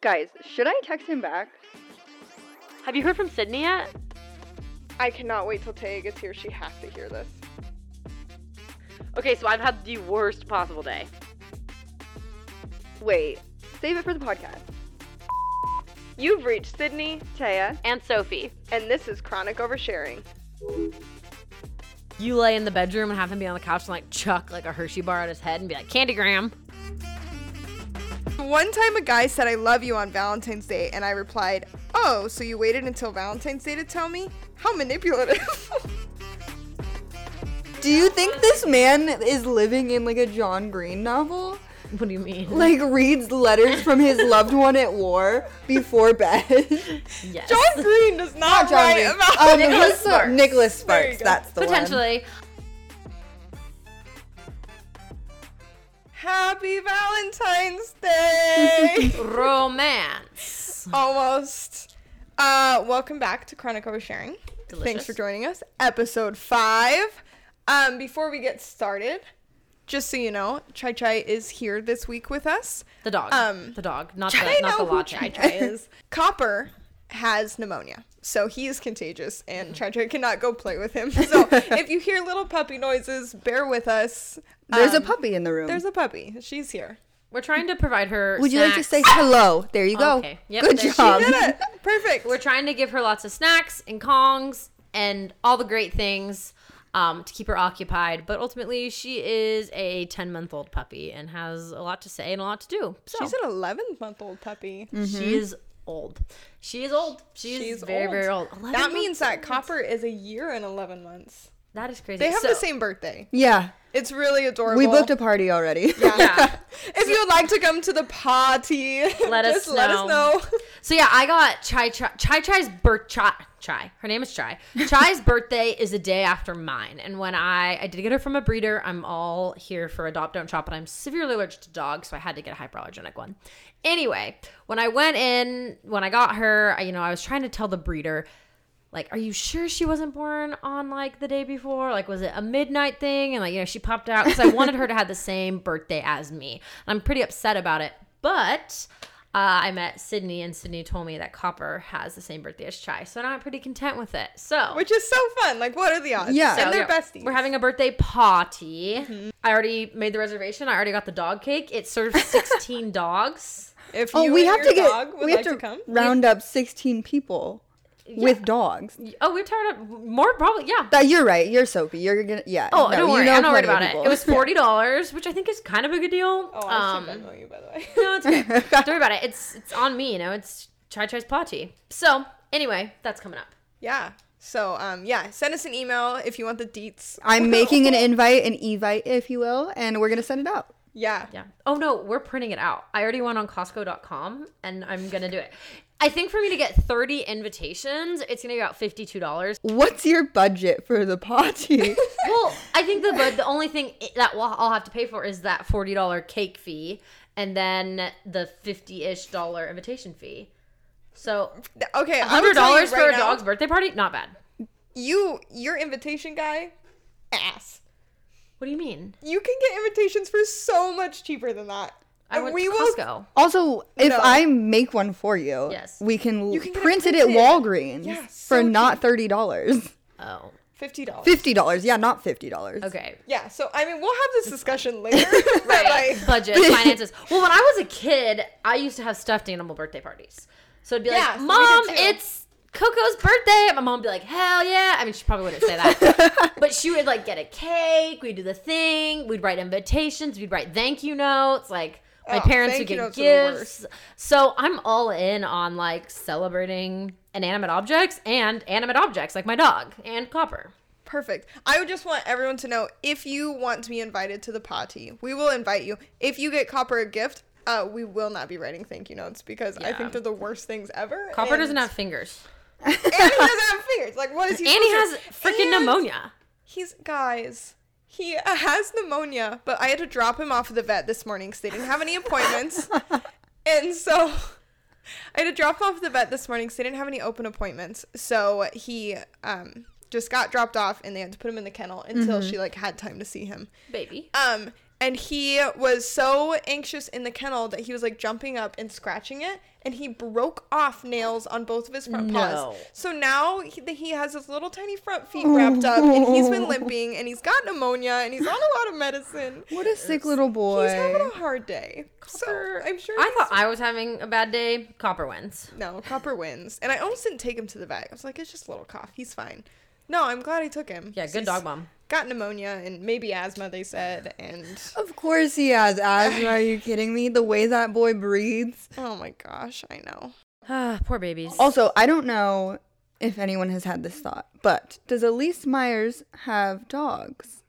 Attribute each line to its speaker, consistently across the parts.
Speaker 1: Guys, should I text him back?
Speaker 2: Have you heard from Sydney yet?
Speaker 1: I cannot wait till Tay gets here. She has to hear this.
Speaker 2: Okay, so I've had the worst possible day.
Speaker 1: Wait, save it for the podcast. You've reached Sydney, Taya,
Speaker 2: And Sophie.
Speaker 1: and this is Chronic Oversharing.
Speaker 3: You lay in the bedroom and have him be on the couch and like chuck like a Hershey bar at his head and be like, Candygram.
Speaker 4: One time a guy said, I love you on Valentine's Day, and I replied, Oh, so you waited until Valentine's Day to tell me? How manipulative.
Speaker 5: Do you think this man is living in like a John Green novel?
Speaker 3: What do you mean?
Speaker 5: Like reads letters from his loved one at war before bed.
Speaker 3: Yes.
Speaker 4: John Green Oh, does not, write about
Speaker 5: Um,
Speaker 3: Nicholas
Speaker 5: Nicholas Sparks.
Speaker 3: Sparks.
Speaker 5: Nicholas
Speaker 4: There you
Speaker 5: Sparks.
Speaker 4: go.
Speaker 5: That's the one.
Speaker 3: Potentially.
Speaker 4: Happy Valentine's Day!
Speaker 3: Romance.
Speaker 4: Almost. Uh, welcome back to Chronic Oversharing. Thanks
Speaker 3: Delicious.
Speaker 4: for joining us. Episode 5. Um, before we get started, just so you know, Chai Chai is here this week with us.
Speaker 3: The dog.
Speaker 4: Um,
Speaker 3: the dog. Not
Speaker 4: I
Speaker 3: the not the
Speaker 4: know who Chai
Speaker 3: latte.
Speaker 4: Chai is. Copper has pneumonia, so he is contagious, and Chai Chai cannot go play with him. So if you hear little puppy noises, bear with us.
Speaker 5: There's a
Speaker 4: Um,
Speaker 5: puppy in the room.
Speaker 4: There's a puppy. She's here.
Speaker 3: We're trying to provide her.
Speaker 5: Would you like to
Speaker 3: snacks.
Speaker 5: say hello? There you go.
Speaker 3: Okay. Yep,
Speaker 5: Good
Speaker 3: there she
Speaker 5: job.
Speaker 4: Did it. Perfect.
Speaker 3: We're trying to give her lots of snacks and kongs and all the great things um, to keep her occupied. But ultimately, she is a ten month old puppy and has a lot to say and a lot to do. So
Speaker 4: She's an 11 month old puppy.
Speaker 3: she is old. She is old. She is
Speaker 4: Mm-hmm. She's
Speaker 3: very
Speaker 4: old.
Speaker 3: very old. 11
Speaker 4: That
Speaker 3: months?
Speaker 4: means that Copper is a year and 11 months.
Speaker 3: that is crazy.
Speaker 4: They have
Speaker 3: So-
Speaker 4: the same birthday.
Speaker 5: Yeah.
Speaker 4: It's really adorable.
Speaker 5: We booked a party already.
Speaker 3: Yeah.
Speaker 4: If you would like to come to the party,
Speaker 3: Let us
Speaker 4: just let us
Speaker 3: know.
Speaker 4: know.
Speaker 3: So yeah, I got Chai Chai Chai Chai's birth Chai Chai. Her name is Chai. Chai's birthday is a day after mine, and when I I did get her from a breeder, I'm all here for adopt don't shop, but I'm severely allergic to dogs, so I had to get a hyperallergenic one. Anyway, when I went in, when I got her, I, you know, I was trying to tell the breeder. Like, are you sure she wasn't born on like the day before? Like, was it a midnight thing? And like, you know, she popped out because I wanted her to have the same birthday as me. And I'm pretty upset about it, but uh, I met Sydney, and Sydney told me that Copper has the same birthday as Chai, so now I'm pretty content with it. So,
Speaker 4: Which is so fun. Like, what are the odds?
Speaker 5: Yeah.
Speaker 4: And they're
Speaker 3: yeah,
Speaker 4: besties. Mm-hmm.
Speaker 3: We're having a birthday party. I already made the reservation. I already got the dog cake. It serves 16 dogs.
Speaker 4: If
Speaker 5: Oh,
Speaker 4: you
Speaker 5: we
Speaker 4: and
Speaker 5: have
Speaker 4: your
Speaker 5: to get.
Speaker 4: dog would
Speaker 5: we have
Speaker 4: like
Speaker 5: to,
Speaker 4: to, come.
Speaker 5: round up 16 people with dogs.
Speaker 3: Oh, we're tired of more probably. Yeah.
Speaker 5: That you're right. You're Sophie. You're gonna. Yeah.
Speaker 3: Oh,
Speaker 5: no,
Speaker 3: don't
Speaker 5: you
Speaker 3: worry.
Speaker 5: know
Speaker 3: I'm not worried
Speaker 5: plenty of
Speaker 3: about it.
Speaker 5: people.
Speaker 3: It was forty dollars, which I think is kind of a good deal.
Speaker 4: Oh, I
Speaker 3: Um,
Speaker 4: should Venmo you, by the way.
Speaker 3: no, it's okay. don't worry about it. It's it's on me. You know, it's Chai Chai's party. So anyway, that's coming up.
Speaker 4: yeah. So, um, yeah, send us an email if you want the deets.
Speaker 5: I'm making an invite, an evite, if you will, and we're gonna send it out.
Speaker 4: Yeah.
Speaker 3: Yeah. Oh no, we're printing it out. I already went on Costco.com and I'm gonna do it. I think for me to get 30 invitations, it's gonna be about $52.
Speaker 5: What's your budget for the party?
Speaker 3: Well, I think the but the only thing i- that we'll- I'll have to pay for is that $40 cake fee and then the 50-ish dollar invitation fee. So
Speaker 4: Th- Okay. I'm gonna
Speaker 3: $100
Speaker 4: tell you
Speaker 3: for
Speaker 4: right
Speaker 3: a
Speaker 4: now,
Speaker 3: dog's birthday party? Not bad.
Speaker 4: You, your invitation guy, ass.
Speaker 3: What do you mean?
Speaker 4: You can get invitations for so much cheaper than that.
Speaker 3: I
Speaker 4: And Uh,
Speaker 3: went
Speaker 4: we
Speaker 3: to
Speaker 4: will-
Speaker 3: Costco.
Speaker 5: also, if
Speaker 4: No.
Speaker 5: I make one for you,
Speaker 3: Yes.
Speaker 5: we can,
Speaker 4: can
Speaker 5: can
Speaker 4: get it
Speaker 5: print it at
Speaker 4: printed.
Speaker 5: Walgreens
Speaker 4: Yeah, so
Speaker 5: for not thirty dollars,
Speaker 3: oh.
Speaker 4: Fifty dollars.
Speaker 5: fifty dollars. Yeah, not fifty dollars.
Speaker 3: Okay.
Speaker 4: Yeah, so I mean, we'll have this discussion later. but
Speaker 3: right.
Speaker 4: like,
Speaker 3: budget finances well when i was a kid i used to have stuffed animal birthday parties so it'd be
Speaker 4: Yeah,
Speaker 3: like
Speaker 4: so we did
Speaker 3: mom
Speaker 4: too.
Speaker 3: it's coco's birthday and my mom would be like hell yeah i mean she probably wouldn't say that but she would like get a cake we'd do the thing we'd write invitations we'd write thank you notes like my
Speaker 4: Oh,
Speaker 3: parents would
Speaker 4: thank you
Speaker 3: get
Speaker 4: notes are the
Speaker 3: gifts so i'm all in on like celebrating inanimate objects and animate objects like my dog and copper
Speaker 4: perfect. I would just want everyone to know if you want to be invited to the party, we will invite you. If you get Copper a gift, uh, we will not be writing thank you notes because I
Speaker 3: Yeah.
Speaker 4: think they're the worst things ever.
Speaker 3: copper
Speaker 4: and-
Speaker 3: doesn't have fingers
Speaker 4: And he doesn't have fingers. Like, what is he?
Speaker 3: and he has
Speaker 4: supposed to-
Speaker 3: freaking
Speaker 4: And
Speaker 3: pneumonia
Speaker 4: He's guys. He has pneumonia, but I had to drop him off at the vet this morning because they didn't have any appointments, and so I had to drop him off at the vet this morning because they didn't have any open appointments. So he um,
Speaker 3: Mm-hmm.
Speaker 4: just got dropped off, and they had to put him in the kennel until she like had time to see him.
Speaker 3: baby
Speaker 4: Um, And he was so anxious in the kennel that he was like jumping up and scratching it. And he broke off nails on both of his front
Speaker 3: No.
Speaker 4: paws. So now he, he has his little tiny front feet wrapped up and he's been limping and he's got pneumonia and he's on a lot of medicine.
Speaker 5: What a sick little boy.
Speaker 4: He's having a hard day. So I'm sure
Speaker 3: I
Speaker 4: he's-
Speaker 3: thought I was having a bad day. Copper wins.
Speaker 4: no, Copper wins. And I almost didn't take him to the vet. I was like, it's just a little cough. He's fine. No, I'm glad I took him.
Speaker 3: Yeah,
Speaker 4: 'cause
Speaker 3: good
Speaker 4: he's
Speaker 3: dog mom.
Speaker 4: Got pneumonia and maybe asthma, they said. And
Speaker 5: Of course he has asthma. Are you kidding me? The way that boy breathes.
Speaker 4: oh my gosh, I know.
Speaker 3: Ah, poor babies.
Speaker 5: Also, I don't know if anyone has had this thought, but does Elise Myers have dogs?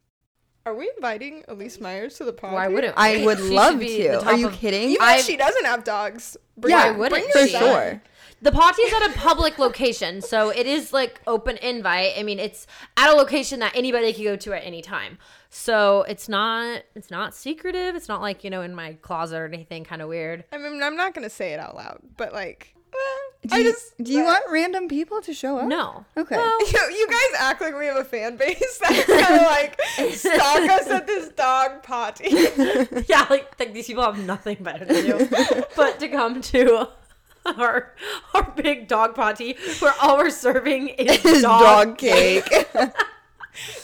Speaker 4: Are we inviting Elise Myers to the pod?
Speaker 3: Why
Speaker 4: here?
Speaker 3: wouldn't
Speaker 5: I
Speaker 3: we?
Speaker 5: would
Speaker 3: She should
Speaker 5: love
Speaker 3: be
Speaker 5: to.
Speaker 3: the
Speaker 5: Are
Speaker 3: top
Speaker 5: you
Speaker 3: of-
Speaker 5: kidding?
Speaker 4: Even
Speaker 3: I-
Speaker 4: if she doesn't have dogs. Bring
Speaker 5: yeah,
Speaker 3: I
Speaker 4: her-
Speaker 3: wouldn't
Speaker 4: bring
Speaker 5: for
Speaker 4: her
Speaker 3: she?
Speaker 4: back.
Speaker 5: sure.
Speaker 3: The potty's at a public location, so it is like open invite. I mean, it's at a location that anybody can go to at any time. So it's not it's not secretive. It's not like you know in my closet or anything kind of weird.
Speaker 4: I mean, I'm not gonna say it out loud, but like, eh,
Speaker 5: Do
Speaker 4: I
Speaker 5: you,
Speaker 4: just
Speaker 5: do you want random people to show up?
Speaker 3: No.
Speaker 5: Okay.
Speaker 3: Well,
Speaker 4: You, you guys act like we have a fan base that's kind of like stalk us at this dog potty.
Speaker 3: yeah, like, like these people have nothing better to do but to come to our our big dog potty where all we're serving is
Speaker 5: His
Speaker 3: dog.
Speaker 5: dog cake.
Speaker 4: There's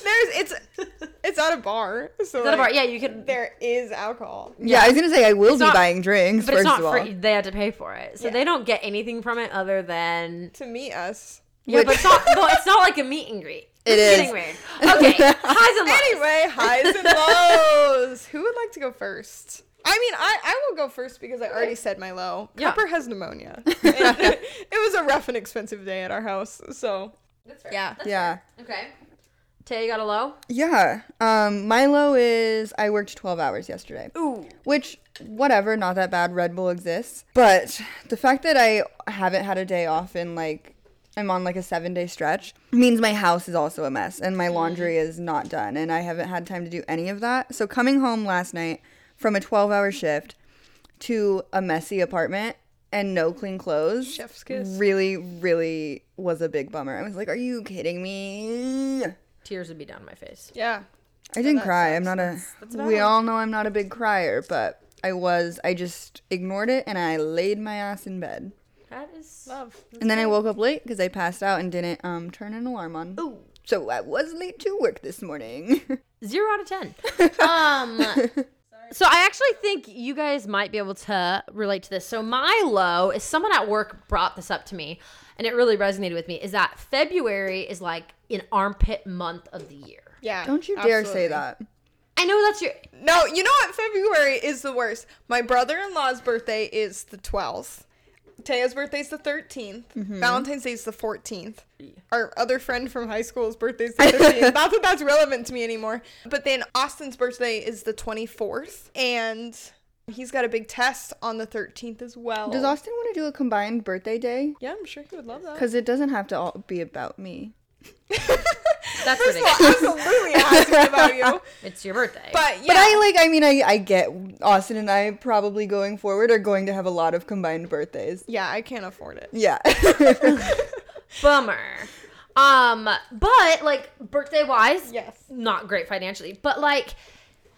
Speaker 4: it's it's at a bar, so
Speaker 3: Not a bar.
Speaker 4: like,
Speaker 3: Yeah, you can.
Speaker 4: there is alcohol.
Speaker 5: Yeah, I was gonna say I will be
Speaker 3: not-
Speaker 5: buying drinks
Speaker 3: But
Speaker 5: first
Speaker 3: it's not
Speaker 5: of all.
Speaker 3: free. They had to pay for it, so they don't get anything from it other than
Speaker 4: To meet us,
Speaker 3: yeah. But it's not. no, it's not like a meet and greet.
Speaker 5: It
Speaker 3: It's
Speaker 5: is.
Speaker 3: getting weird. Okay, highs and lows.
Speaker 4: anyway, highs and lows. Who would like to go first? I mean, I, I will go first because I already said my low.
Speaker 3: Yeah.
Speaker 4: Copper has pneumonia. And it was a rough and expensive day at our house, so yeah.
Speaker 5: Yeah.
Speaker 3: Okay. Tay, you got a low.
Speaker 5: Yeah. Um, Milo is I worked 12 hours yesterday. Ooh. Which whatever, not that bad. Red Bull exists. But the fact that I haven't had a day off in like I'm on like a 7-day stretch means my house is also a mess and my
Speaker 4: Mm-hmm.
Speaker 5: laundry is not done and I haven't had time to do any of that. So coming home last night from a 12-hour shift to a messy apartment and no clean clothes
Speaker 4: Chef's kiss.
Speaker 5: really really was a big bummer. I was like, "Are you kidding me?"
Speaker 3: Tears would be down my face.
Speaker 4: Yeah.
Speaker 5: I didn't
Speaker 4: that
Speaker 5: cry. I'm not a. we all know I'm not a big crier, but I was. I just ignored it and I laid my ass in bed.
Speaker 3: That is
Speaker 4: Love.
Speaker 5: And then I woke up late because I passed out and didn't um, turn an alarm on. Ooh. So I was late to work this morning.
Speaker 3: zero out of ten. um, so I actually think you guys might be able to relate to this. So my low is someone at work brought this up to me, and it really resonated with me. Is that February is like an armpit month of the year.
Speaker 4: Yeah.
Speaker 5: Don't you dare say
Speaker 4: absolutely.
Speaker 5: that.
Speaker 3: I know that's your
Speaker 4: No, you know what? February is the worst. My brother in law's birthday is the 12th. Taya's birthday's the 13th.
Speaker 5: Mm-hmm.
Speaker 4: Valentine's Day is the 14th. Our other friend from high school's birthday's the 15th. Not that that's relevant to me anymore. But then Austin's birthday is the 24th. And he's got a big test on the 13th as well.
Speaker 5: Does Austin want to do a combined birthday day?
Speaker 4: yeah, I'm sure he would love that.
Speaker 5: Because it doesn't have to all be about me.
Speaker 3: that's
Speaker 4: First of all,
Speaker 3: ridiculous.
Speaker 4: absolutely asking about you.
Speaker 3: It's your birthday.
Speaker 4: But yeah.
Speaker 5: But I like. I mean, I I get Austin and I probably going forward are going to have a lot of combined birthdays.
Speaker 4: yeah, I can't afford it.
Speaker 5: Yeah.
Speaker 3: bummer. Um, but like birthday wise,
Speaker 4: Yes.
Speaker 3: not great financially, but like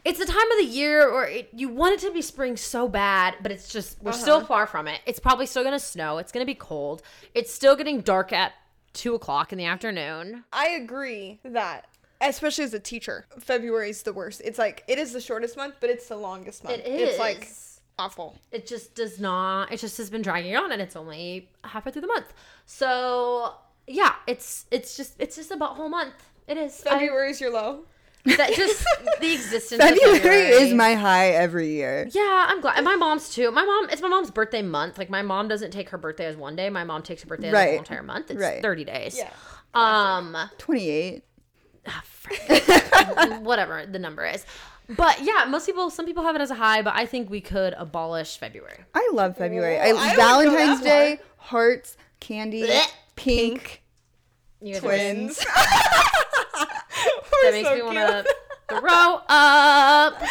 Speaker 3: it's the time of the year or it, you want it to be spring so bad, but it's just we're
Speaker 4: Uh-huh.
Speaker 3: still far from it. It's probably still gonna snow. It's gonna be cold. It's still getting dark at two o'clock in the afternoon.
Speaker 4: I agree that, especially as a teacher, February is the worst. It's like it is the shortest month, but it's the longest month.
Speaker 3: It
Speaker 4: It's like
Speaker 3: is.
Speaker 4: awful.
Speaker 3: It just does not. It just has been dragging on, and it's only halfway through the month. So yeah, it's it's just it's just about whole month. It is. I-
Speaker 4: February is your low.
Speaker 3: that just the existence.
Speaker 5: February,
Speaker 3: of February
Speaker 5: is my high every year.
Speaker 3: Yeah, I'm glad. And my mom's too. My mom, it's my mom's birthday month. Like my mom doesn't take her birthday as one day. My mom takes her birthday as the
Speaker 5: Right.
Speaker 3: whole entire month. It's
Speaker 5: Right.
Speaker 3: 30 days.
Speaker 4: Yeah.
Speaker 3: Um,
Speaker 5: 28.
Speaker 3: ah, frick. whatever the number is. But yeah, most people, some people have it as a high, but I think we could abolish February.
Speaker 5: I love February.
Speaker 4: Oh, I wouldn't
Speaker 5: I,
Speaker 4: go
Speaker 5: Valentine's
Speaker 4: that
Speaker 5: Day, hearts, candy,
Speaker 3: Blech.
Speaker 5: pink,
Speaker 3: You guys
Speaker 5: twins.
Speaker 3: that makes me want to throw up.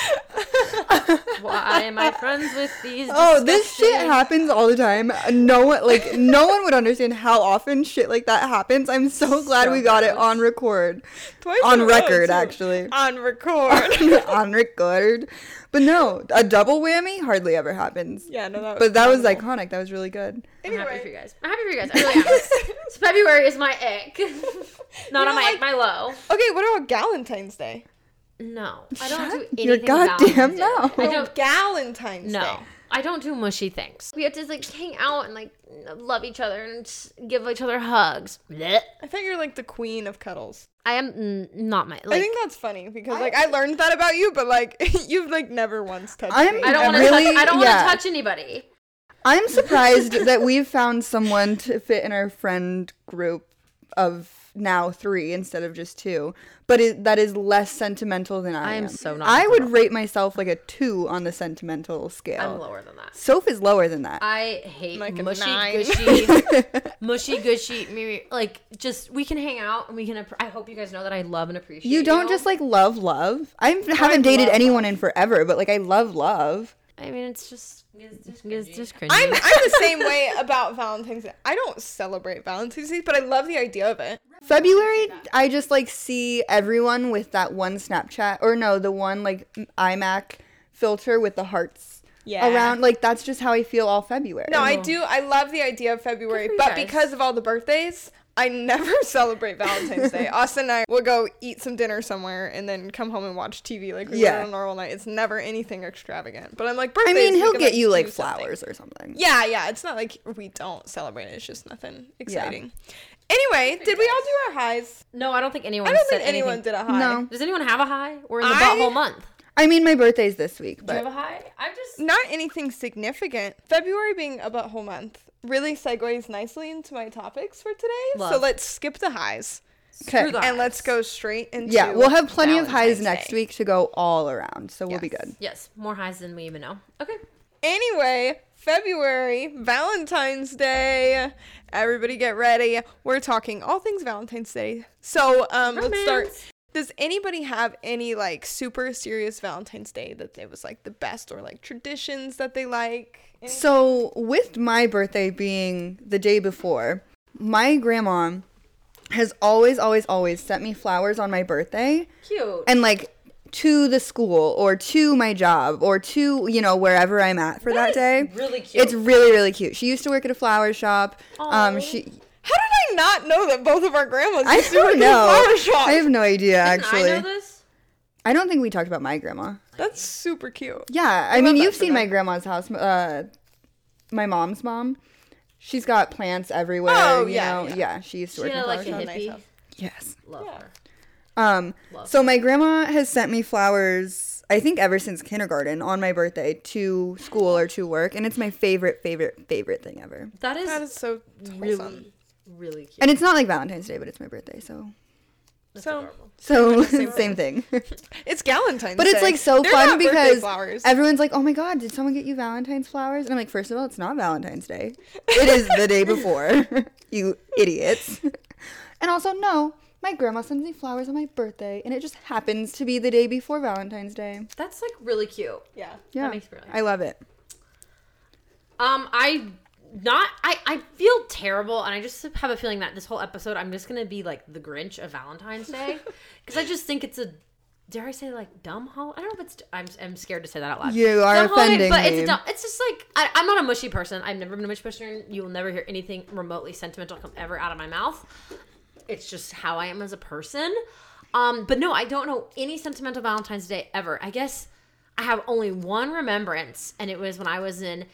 Speaker 3: Why am I friends with these?
Speaker 5: Oh, this shit
Speaker 3: disgusting-
Speaker 5: happens all the time. No one like no one would understand how often shit like that happens. I'm so glad we got it on record.
Speaker 4: Twice
Speaker 5: on
Speaker 4: in a row,
Speaker 5: record,
Speaker 4: too.
Speaker 5: actually.
Speaker 4: On record.
Speaker 5: on record. But no, a double whammy hardly ever happens.
Speaker 4: yeah, no, that was.
Speaker 5: But that was iconic. That was really good.
Speaker 3: I'm happy for you guys. I'm happy for you guys. I really am. so February is my ick. Not
Speaker 4: know,
Speaker 3: on my
Speaker 4: like-
Speaker 3: ick, my low.
Speaker 4: Okay, what about Galentine's Day?
Speaker 3: No, I don't do anything.
Speaker 5: your
Speaker 3: about
Speaker 5: goddamn
Speaker 3: it. I
Speaker 4: No,
Speaker 3: don't.
Speaker 4: Oh, Galentine's Day.
Speaker 3: No, I don't do mushy things. We have to like hang out and like love each other and s- give each other hugs. Blech.
Speaker 4: I think you're like the queen of cuddles.
Speaker 3: I am mm, not my
Speaker 4: I
Speaker 3: like.
Speaker 4: think that's funny because like I learned that about you, but like you've like never once touched
Speaker 5: I'm
Speaker 4: me.
Speaker 3: I don't want to
Speaker 5: really
Speaker 3: touch. I don't
Speaker 5: yeah.
Speaker 3: want to touch anybody.
Speaker 5: I'm surprised that we've found someone to fit in our friend group of now three instead of just two, but it, that is less sentimental than I
Speaker 3: I
Speaker 5: am.
Speaker 3: am so not
Speaker 5: I would rate myself like a two on the sentimental scale.
Speaker 3: I'm lower than that.
Speaker 5: Soph is lower than that.
Speaker 3: I hate
Speaker 4: Oh. Like a
Speaker 3: mushy
Speaker 4: nine.
Speaker 3: gushy, mushy gushy. me- me- Like just we can hang out and we can. appre- I hope you guys know that I love and appreciate
Speaker 5: you don't just like love love. I haven't dated anyone in forever, but like I love love.
Speaker 3: I mean, it's just it's just cringy. It's just cringy.
Speaker 4: I'm, I'm the same way about Valentine's Day. I don't celebrate Valentine's Day, but I love the idea of it.
Speaker 5: February, I just like see everyone with that one Snapchat or no, the one like m- iMac filter with the hearts
Speaker 4: Yeah.
Speaker 5: around. Like that's just how I feel all February.
Speaker 4: No, I do. I love the idea of February,
Speaker 3: Good for you
Speaker 4: but
Speaker 3: guys.
Speaker 4: because of all the birthdays, I never celebrate Valentine's Day. Austin and I will go eat some dinner somewhere and then come home and watch TV like we would
Speaker 5: Yeah.
Speaker 4: on a normal night. It's never anything extravagant. But I'm like, birthdays.
Speaker 5: I mean,
Speaker 4: we
Speaker 5: he'll
Speaker 4: can,
Speaker 5: get you like
Speaker 4: do something.
Speaker 5: flowers or something.
Speaker 4: Yeah, yeah. It's not like we don't celebrate. it. It's just nothing exciting. Anyway, did we all do our highs?
Speaker 3: no, I don't think anyone.
Speaker 4: I don't
Speaker 3: said
Speaker 4: think anyone
Speaker 3: anything.
Speaker 4: did a high.
Speaker 5: No.
Speaker 3: Does anyone have a high? We're in the
Speaker 4: I-
Speaker 3: butthole month.
Speaker 5: I mean, my birthday's this week,
Speaker 3: Do you have
Speaker 5: but
Speaker 3: a high? I just.
Speaker 4: Not anything significant. February being a butthole month really segues nicely into my topics for today. So
Speaker 3: Love.
Speaker 4: let's skip the highs
Speaker 5: okay.
Speaker 3: the
Speaker 4: and let's go straight into
Speaker 5: Yeah, we'll have plenty of highs
Speaker 4: Valentine's
Speaker 5: next
Speaker 4: Day.
Speaker 5: week to go all around, so we'll be
Speaker 4: Yes.
Speaker 5: good.
Speaker 3: Yes, more highs than we even know. Okay.
Speaker 4: Anyway, February, Valentine's Day. Everybody get ready. We're talking all things Valentine's Day. So um, let's start.
Speaker 3: Romance.
Speaker 4: Does anybody have any like super serious Valentine's Day that it was like the best or like traditions that they like? Any-
Speaker 5: So, with my birthday being the day before, my grandma has always, always, always sent me flowers on my birthday.
Speaker 3: Cute.
Speaker 5: and like to the school or to my job or to you know wherever I'm at for that, day.
Speaker 3: really cute.
Speaker 5: It's really really cute. She used to work at a flower shop. Um, she
Speaker 4: How did I not know that both of our grandmas
Speaker 5: I
Speaker 4: used to work
Speaker 5: don't
Speaker 4: in a
Speaker 5: know.
Speaker 4: flower shop?
Speaker 5: I have no idea
Speaker 3: Didn't
Speaker 5: actually.
Speaker 3: I know this.
Speaker 5: I don't think we talked about my grandma.
Speaker 4: That's super cute.
Speaker 5: Yeah, I mean
Speaker 4: love
Speaker 5: you've
Speaker 4: that for
Speaker 5: seen
Speaker 4: them.
Speaker 5: my grandma's house. Uh, my mom's mom. She's got plants everywhere.
Speaker 4: Oh,
Speaker 5: you
Speaker 4: yeah,
Speaker 5: know?
Speaker 4: yeah.
Speaker 5: yeah, She used to
Speaker 3: She
Speaker 5: work in a
Speaker 3: know,
Speaker 5: flower
Speaker 3: like a
Speaker 5: shop.
Speaker 4: nice
Speaker 3: hippie.
Speaker 4: house.
Speaker 5: Yes.
Speaker 3: Love
Speaker 4: Yeah.
Speaker 3: her.
Speaker 5: Um,
Speaker 3: Love
Speaker 5: so my grandma has sent me flowers, I think ever since kindergarten on my birthday to school or to work. And it's my favorite, favorite, favorite thing ever.
Speaker 3: That is,
Speaker 4: That is so wholesome.
Speaker 3: really, really cute.
Speaker 5: And it's not like Valentine's Day, but it's my birthday. So,
Speaker 4: So
Speaker 5: so same thing.
Speaker 4: it's Galentine's
Speaker 5: but it's
Speaker 4: Day.
Speaker 5: like so
Speaker 4: They're
Speaker 5: fun
Speaker 4: not birthday
Speaker 5: because
Speaker 4: flowers.
Speaker 5: everyone's like, oh my God, did someone get you Valentine's flowers? And I'm like, first of all, it's not Valentine's Day. It is the day before, you idiots. And also, no, my grandma sends me flowers on my birthday, and it just happens to be the day before Valentine's Day.
Speaker 3: That's like really cute.
Speaker 4: yeah.
Speaker 5: Yeah.
Speaker 3: makes me really
Speaker 5: I love it.
Speaker 3: Um, I not I I feel terrible, and I just have a feeling that this whole episode I'm just gonna be like the Grinch of Valentine's Day because I just think it's a dare I say like dumb holiday. I don't know if it's I'm I'm scared to say that out loud.
Speaker 5: You are
Speaker 3: dumb
Speaker 5: offending
Speaker 3: but
Speaker 5: me.
Speaker 3: it's a dumb. It's just like I, I'm not a mushy person. I've never been a mushy person. You will never hear anything remotely sentimental come ever out of my mouth. It's just how I am as a person. Um, but no, I don't know any sentimental Valentine's Day ever. I guess I have only one remembrance, and it was when I was in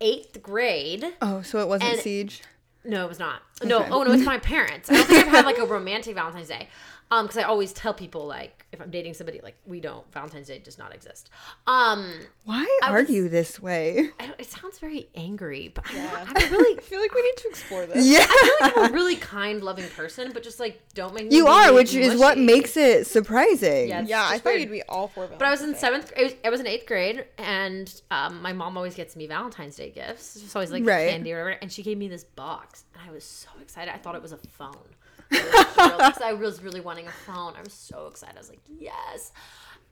Speaker 3: eighth grade.
Speaker 5: Oh, so it wasn't
Speaker 3: And-
Speaker 5: Siege?
Speaker 3: No, it was not. No, oh no, it's my parents. I don't think I've had like a romantic Valentine's Day. Um, because I always tell people like if I'm dating somebody, like we don't Valentine's Day does not exist. Um,
Speaker 5: Why are you this way?
Speaker 3: I don't, it sounds very angry, but I'm, not, I'm a really,
Speaker 4: I feel like we need to explore this.
Speaker 5: Yeah.
Speaker 3: I'm a really kind, loving person, but just like don't make me
Speaker 5: You
Speaker 3: be
Speaker 5: are, which is what
Speaker 3: mushy.
Speaker 5: makes it surprising.
Speaker 4: Yeah,
Speaker 3: Yeah. It's
Speaker 4: I
Speaker 3: just
Speaker 4: thought
Speaker 3: weird.
Speaker 4: you'd be all for Valentine's.
Speaker 3: But I was in seventh. I was, I was in eighth grade, and um, my mom always gets me Valentine's Day gifts. It's always like
Speaker 5: Right.
Speaker 3: candy or whatever. And she gave me this box, and I was so excited. I thought it was a phone. I was thrilled 'cause I was really wanting a phone. I was so excited. I was like, yes.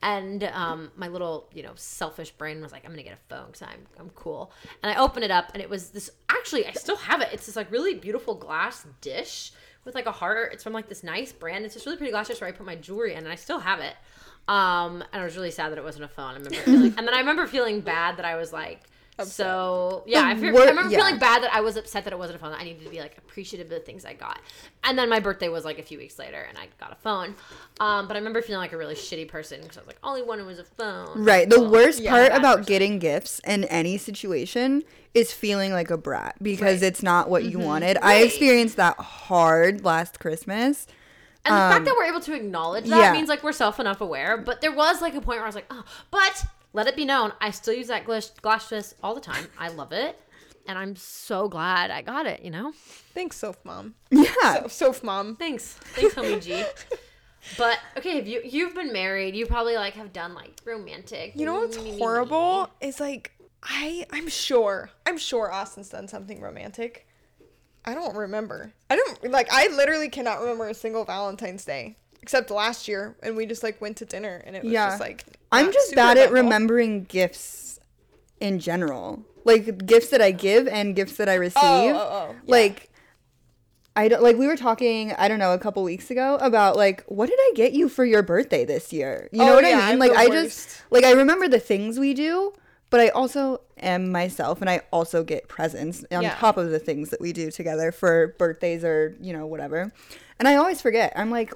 Speaker 3: And um, my little, you know, selfish brain was like, I'm gonna get a phone because I'm I'm cool. And I opened it up, and it was this. Actually, I still have it. It's this like really beautiful glass dish with like a heart. It's from like this nice brand. It's this really pretty glass dish where I put my jewelry in, and I still have it. Um, and I was really sad that it wasn't a phone. I remember, feeling, and then I remember feeling bad that I was like. So yeah, I, fe- I
Speaker 5: wor-
Speaker 3: remember
Speaker 5: yeah.
Speaker 3: feeling bad that I was upset that it wasn't a phone. I needed to be like appreciative of the things I got. And then my birthday was like a few weeks later, and I got a phone. Um, but I remember feeling like a really shitty person because I was like, only one was a phone.
Speaker 5: Right. The
Speaker 3: Well,
Speaker 5: worst
Speaker 3: yeah,
Speaker 5: part
Speaker 3: bad
Speaker 5: about
Speaker 3: person.
Speaker 5: getting gifts in any situation is feeling like a brat because it's not what you wanted. I
Speaker 3: Mm-hmm. Right.
Speaker 5: experienced that hard last Christmas.
Speaker 3: and the
Speaker 4: um,
Speaker 3: fact that we're able to acknowledge that
Speaker 5: yeah.
Speaker 3: means like we're self enough aware. But there was like a point where I was like, oh, but let it be known, I still use that glass glass fist all the time. I love it, and I'm so glad I got it. You know.
Speaker 4: Thanks, Soph Mom.
Speaker 5: Yeah.
Speaker 4: So- Soph Mom.
Speaker 3: Thanks. Thanks, homie G. But okay, have you you've been married. You probably like have done like romantic.
Speaker 4: You know what's horrible is like I I'm sure I'm sure Austin's done something romantic. I don't remember. I don't like I literally cannot remember a single Valentine's Day except last year and we just like went to dinner and it was
Speaker 5: Yeah.
Speaker 4: just like
Speaker 5: I'm
Speaker 4: not
Speaker 5: just
Speaker 4: super
Speaker 5: bad at
Speaker 4: eventful.
Speaker 5: remembering gifts in general. Like gifts that I give and gifts that I receive.
Speaker 4: oh, oh, yeah.
Speaker 5: Like I don't like we were talking, I don't know, a couple weeks ago about like what did I get you for your birthday this year? You know
Speaker 4: Oh,
Speaker 5: what
Speaker 4: yeah,
Speaker 5: I mean?
Speaker 4: I'm
Speaker 5: Like
Speaker 4: the
Speaker 5: I
Speaker 4: worst.
Speaker 5: just like I remember the things we do, but I also am myself and I also get presents on
Speaker 4: Yeah.
Speaker 5: top of the things that we do together for birthdays or, you know, whatever. And I always forget. I'm like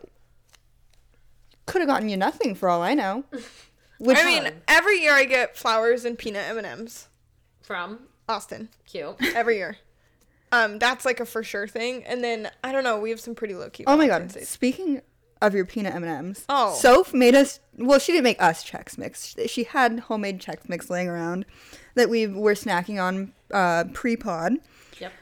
Speaker 5: could have gotten you nothing for all I know. Which
Speaker 4: I mean, every year I get flowers and peanut M&Ms.
Speaker 3: From
Speaker 4: Austin,
Speaker 3: cute.
Speaker 4: every year. Um that's like a for sure thing and then I don't know, we have some pretty low key
Speaker 5: Oh my god! Speaking of your peanut M and M's,
Speaker 4: Oh.
Speaker 5: Soph made us. Well, she didn't make us Chex Mix. She- She had homemade Chex Mix laying around that we were snacking on uh, pre-pod.
Speaker 3: Yep.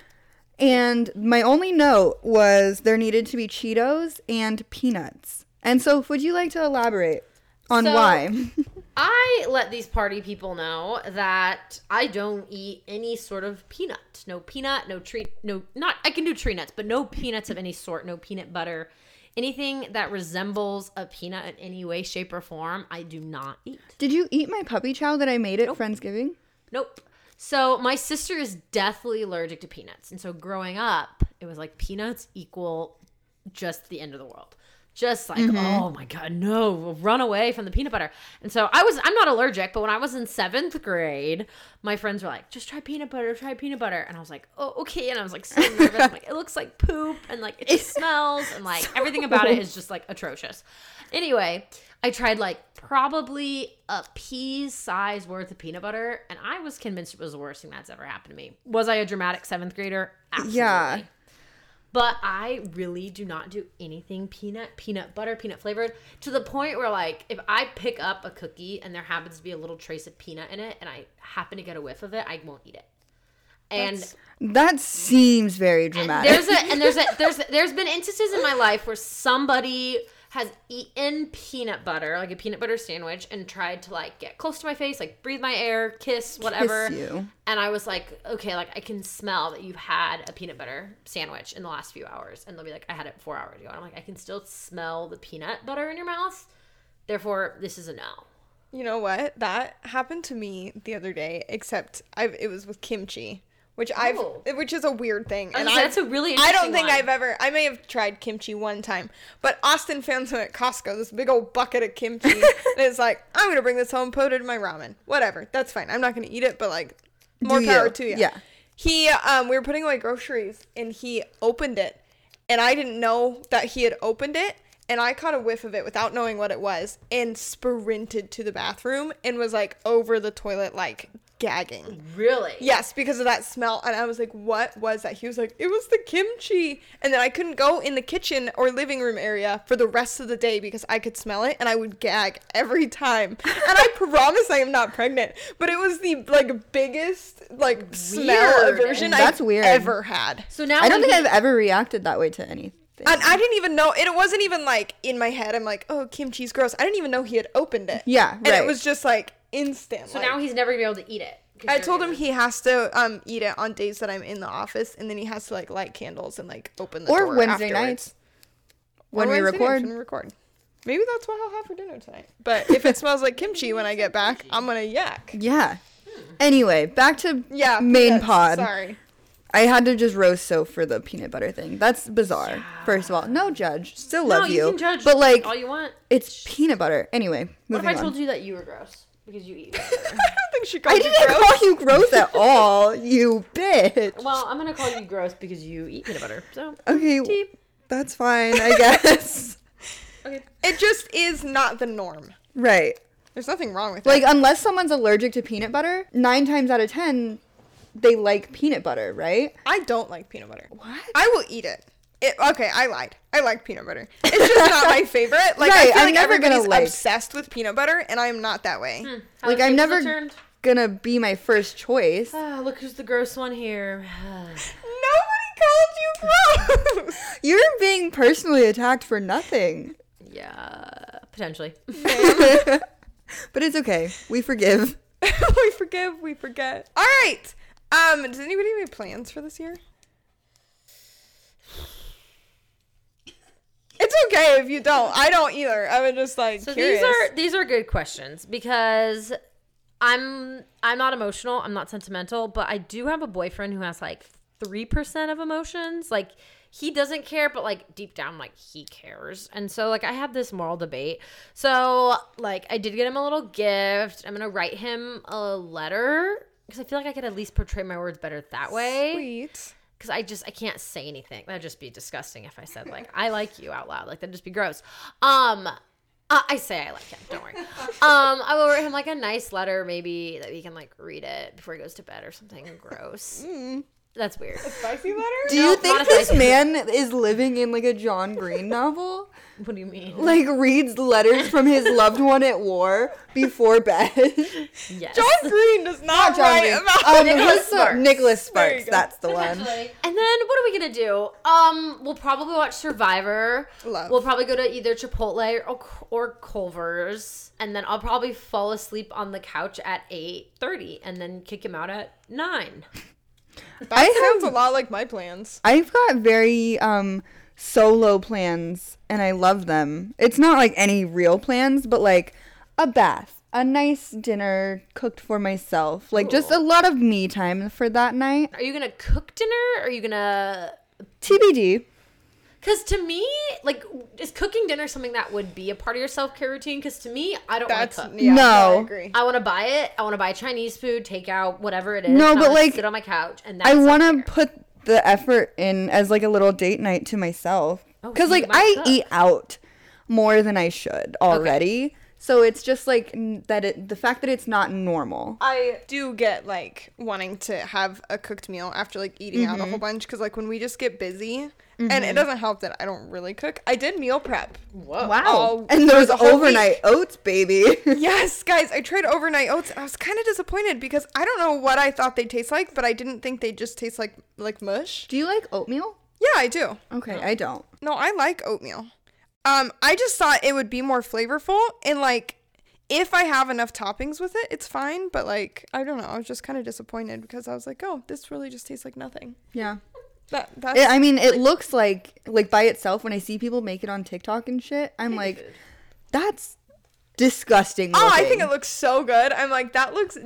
Speaker 5: And my only note was there needed to be Cheetos and peanuts. And Soph, would you like to elaborate on
Speaker 3: So-
Speaker 5: why?
Speaker 3: I let these party people know that I don't eat any sort of peanut. No peanut, no tree, no, not, I can do tree nuts, but no peanuts of any sort, no peanut butter. Anything that resembles a peanut in any way, shape, or form, I do not eat.
Speaker 5: Did you eat my puppy chow that I made at Friendsgiving?
Speaker 3: Nope. So my sister is deathly allergic to peanuts. And so growing up, it was like peanuts equal just the end of the world. Just like, oh my God, no, run away from the peanut butter. And so I was, I'm not allergic, but when I was in seventh grade, my friends were like, just try peanut butter, try peanut butter. And I was like, oh, okay. And I was like, so nervous. I'm like, it looks like poop and like it just smells and like everything about it is just like atrocious. Anyway, I tried like probably a pea size worth of peanut butter, and I was convinced it was the worst thing that's ever happened to me. Was I a dramatic seventh grader? Absolutely.
Speaker 5: Yeah.
Speaker 3: But I really do not do anything peanut, peanut butter, peanut flavored to the point where, like, if I pick up a cookie and there happens to be a little trace of peanut in it and I happen to get a whiff of it, I won't eat it. And
Speaker 5: That seems very dramatic.
Speaker 3: there's a and there's a there's there's been instances in my life where somebody has eaten peanut butter, like a peanut butter sandwich, and tried to like get close to my face, like breathe my air, kiss, whatever.
Speaker 5: Kiss you.
Speaker 3: And I was like, okay, like I can smell that you've had a peanut butter sandwich in the last few hours. And they'll be like, I had it four hours ago. And I'm like, I can still smell the peanut butter in your mouth. Therefore, this is a no.
Speaker 4: You know what? That happened to me the other day, except I've, it was with kimchi, which
Speaker 3: Oh.
Speaker 4: I've, which is a weird thing.
Speaker 3: was
Speaker 4: And
Speaker 3: gonna say, that's a really
Speaker 4: I don't
Speaker 3: interesting
Speaker 4: think
Speaker 3: one.
Speaker 4: I've ever. I may have tried kimchi one time, but Austin found some at Costco. This big old bucket of kimchi, and it's like I'm gonna bring this home, put it in my ramen. Whatever, that's fine. I'm not gonna eat it, but like more
Speaker 5: Do
Speaker 4: power
Speaker 5: you.
Speaker 4: to you.
Speaker 5: Yeah.
Speaker 4: He, um, we were putting away groceries, and he opened it, and I didn't know that he had opened it, and I caught a whiff of it without knowing what it was, and sprinted to the bathroom and was like over the toilet, like gagging.
Speaker 3: Really?
Speaker 4: Yes, because of that smell, and I was like, "What was that?" He was like, "It was the kimchi," and then I couldn't go in the kitchen or living room area for the rest of the day because I could smell it, and I would gag every time. and I promise I am not pregnant, but it was the like biggest like smell
Speaker 3: Weird.
Speaker 4: aversion
Speaker 5: That's
Speaker 4: I've
Speaker 5: weird.
Speaker 4: ever had.
Speaker 3: So now
Speaker 5: I don't
Speaker 3: when
Speaker 5: think
Speaker 3: he-
Speaker 5: I've ever reacted that way to anything.
Speaker 4: And I didn't even know it wasn't even like in my head. I'm like, "Oh, kimchi's gross." I didn't even know he had opened it.
Speaker 5: Yeah,
Speaker 4: and
Speaker 5: right.
Speaker 4: it was just like instant.
Speaker 3: So
Speaker 4: like-
Speaker 3: now he's never gonna be able to eat it. 'Cause
Speaker 4: I
Speaker 3: you're
Speaker 4: told
Speaker 3: gonna-
Speaker 4: him he has to um eat it on days that I'm in the office, and then he has to like light candles and like open the door
Speaker 5: or Wednesday
Speaker 4: afterwards.
Speaker 5: nights
Speaker 4: Or
Speaker 5: when we
Speaker 4: Wednesday nights
Speaker 5: record.
Speaker 4: when we record. Maybe that's what I'll have for dinner tonight. But if it smells like kimchi when I get back, I'm gonna yak.
Speaker 5: Yeah. Anyway, back to
Speaker 4: Yeah.
Speaker 5: main
Speaker 4: peanuts.
Speaker 5: pod.
Speaker 4: Sorry.
Speaker 5: I had to just roast so for the peanut butter thing. That's bizarre. First of all, no judge. Still love
Speaker 3: no, you,
Speaker 5: you.
Speaker 3: can judge
Speaker 5: but like,
Speaker 3: all you want.
Speaker 5: it's peanut butter. Anyway,
Speaker 3: What if
Speaker 5: moving
Speaker 3: I
Speaker 5: on.
Speaker 3: told you that you were gross because you eat?
Speaker 4: I don't think she called
Speaker 5: I
Speaker 4: you
Speaker 5: didn't
Speaker 4: gross.
Speaker 5: call you gross at all, you bitch.
Speaker 3: well, I'm gonna call you gross because you eat peanut butter. So
Speaker 5: Okay,
Speaker 3: Deep.
Speaker 5: that's fine, I guess.
Speaker 4: It just is not the norm.
Speaker 5: right.
Speaker 4: There's nothing wrong with
Speaker 5: Like,
Speaker 4: it.
Speaker 5: unless someone's allergic to peanut butter, nine times out of ten, they like peanut butter, right?
Speaker 4: I don't like peanut butter.
Speaker 5: What?
Speaker 4: I will eat it. It, okay, I lied. I like peanut butter. It's just not my favorite. Like I
Speaker 5: Right,
Speaker 4: feel
Speaker 5: I'm
Speaker 4: like
Speaker 5: never gonna
Speaker 4: everybody's
Speaker 5: like-
Speaker 4: obsessed with peanut butter, and I am not that way.
Speaker 3: How
Speaker 5: Like,
Speaker 3: the tables
Speaker 5: I'm never-
Speaker 3: are Turned.
Speaker 5: Gonna be my first choice.
Speaker 3: Ah, look who's the gross one here.
Speaker 4: Nobody called you gross.
Speaker 5: You're being personally attacked for nothing.
Speaker 3: yeah, potentially.
Speaker 5: but it's okay. We forgive.
Speaker 4: we forgive, we forget. All right. Um, does anybody have any plans for this year? It's okay if you don't. I don't either. I was just like
Speaker 3: So
Speaker 4: curious.
Speaker 3: these are these are good questions because I'm I'm not emotional, I'm not sentimental, but I do have a boyfriend who has like 3% of emotions. Like he doesn't care, but like deep down like he cares. And so like I had this moral debate. So like I did get him a little gift. I'm going to write him a letter cuz I feel like I could at least portray my words better that way
Speaker 4: sweet.
Speaker 3: because I just I can't say anything. That'd just be disgusting if I said like I like you out loud. Like that'd just be gross. Um, I, I say I like him. Don't worry. Um, I will write him like a nice letter maybe that he can like read it before he goes to bed or something gross. That's weird.
Speaker 4: Spicy letter?
Speaker 5: Do you
Speaker 3: No,
Speaker 5: think
Speaker 3: not
Speaker 5: this
Speaker 3: if I-
Speaker 5: man is living in like a John Green novel?
Speaker 3: What do you mean?
Speaker 5: Like reads letters from his loved one at war before bed.
Speaker 3: yes.
Speaker 4: John Green Um, does not,
Speaker 5: John
Speaker 4: write
Speaker 5: Green.
Speaker 4: about
Speaker 5: Uh,
Speaker 3: Nicholas Sparks.
Speaker 5: Nicholas
Speaker 4: There you
Speaker 5: Sparks.
Speaker 4: go.
Speaker 5: That's the one.
Speaker 3: And then what are we gonna do? Um, we'll probably watch Survivor.
Speaker 4: Love.
Speaker 3: We'll probably go to either Chipotle or, or Culver's, and then I'll probably fall asleep on the couch at eight thirty, and then kick him out at nine.
Speaker 5: I
Speaker 4: That sounds
Speaker 5: have-
Speaker 4: a lot like my plans.
Speaker 5: I've got very um solo plans and I love them. It's not like any real plans, but like a bath, a nice dinner cooked for myself, like just a lot of me time for that night.
Speaker 3: Are you gonna cook dinner? Are you gonna?
Speaker 5: TBD.
Speaker 3: Because to me, like, is cooking dinner something that would be a part of your self care routine? Because to me, I don't want
Speaker 4: That's
Speaker 3: to cook.
Speaker 4: yeah,
Speaker 5: No.
Speaker 4: I agree.
Speaker 3: I want to buy it. I want to buy Chinese food, take out whatever it is.
Speaker 5: No,
Speaker 3: and I
Speaker 5: but,
Speaker 3: wanna
Speaker 5: like,
Speaker 3: sit on my couch and that's
Speaker 5: I
Speaker 3: self-care.
Speaker 5: want to put the effort in as like a little date night to myself
Speaker 3: Oh,
Speaker 5: because
Speaker 3: you
Speaker 5: like
Speaker 3: might
Speaker 5: I
Speaker 3: cook.
Speaker 5: eat out more than I should already. So it's just like n- that. It the fact that it's not normal.
Speaker 4: I do get like wanting to have a cooked meal after like eating out a whole bunch because like when we just get busy and it doesn't help that I don't really cook. I did meal prep.
Speaker 3: Whoa.
Speaker 4: Oh,
Speaker 5: and those
Speaker 4: whole week.
Speaker 5: overnight oats, baby.
Speaker 4: Yes, guys, I tried overnight oats and I was kind of disappointed because I don't know what I thought they taste like, but I didn't think they just taste like like mush.
Speaker 5: Do you like oatmeal?
Speaker 4: Yeah, I do.
Speaker 5: Okay, I don't.
Speaker 4: No, I like oatmeal. Um, I just thought it would be more flavorful and like if I have enough toppings with it, it's fine. But like, I don't know. I was just kind of disappointed because I was like, oh, this really just tastes like nothing.
Speaker 5: Yeah.
Speaker 4: That that's
Speaker 5: It, I mean, it looks like like by itself when I see people make it on TikTok and shit. I'm like, that's disgusting.
Speaker 4: oh, I think
Speaker 5: looking.
Speaker 4: it looks so good. I'm like, that looks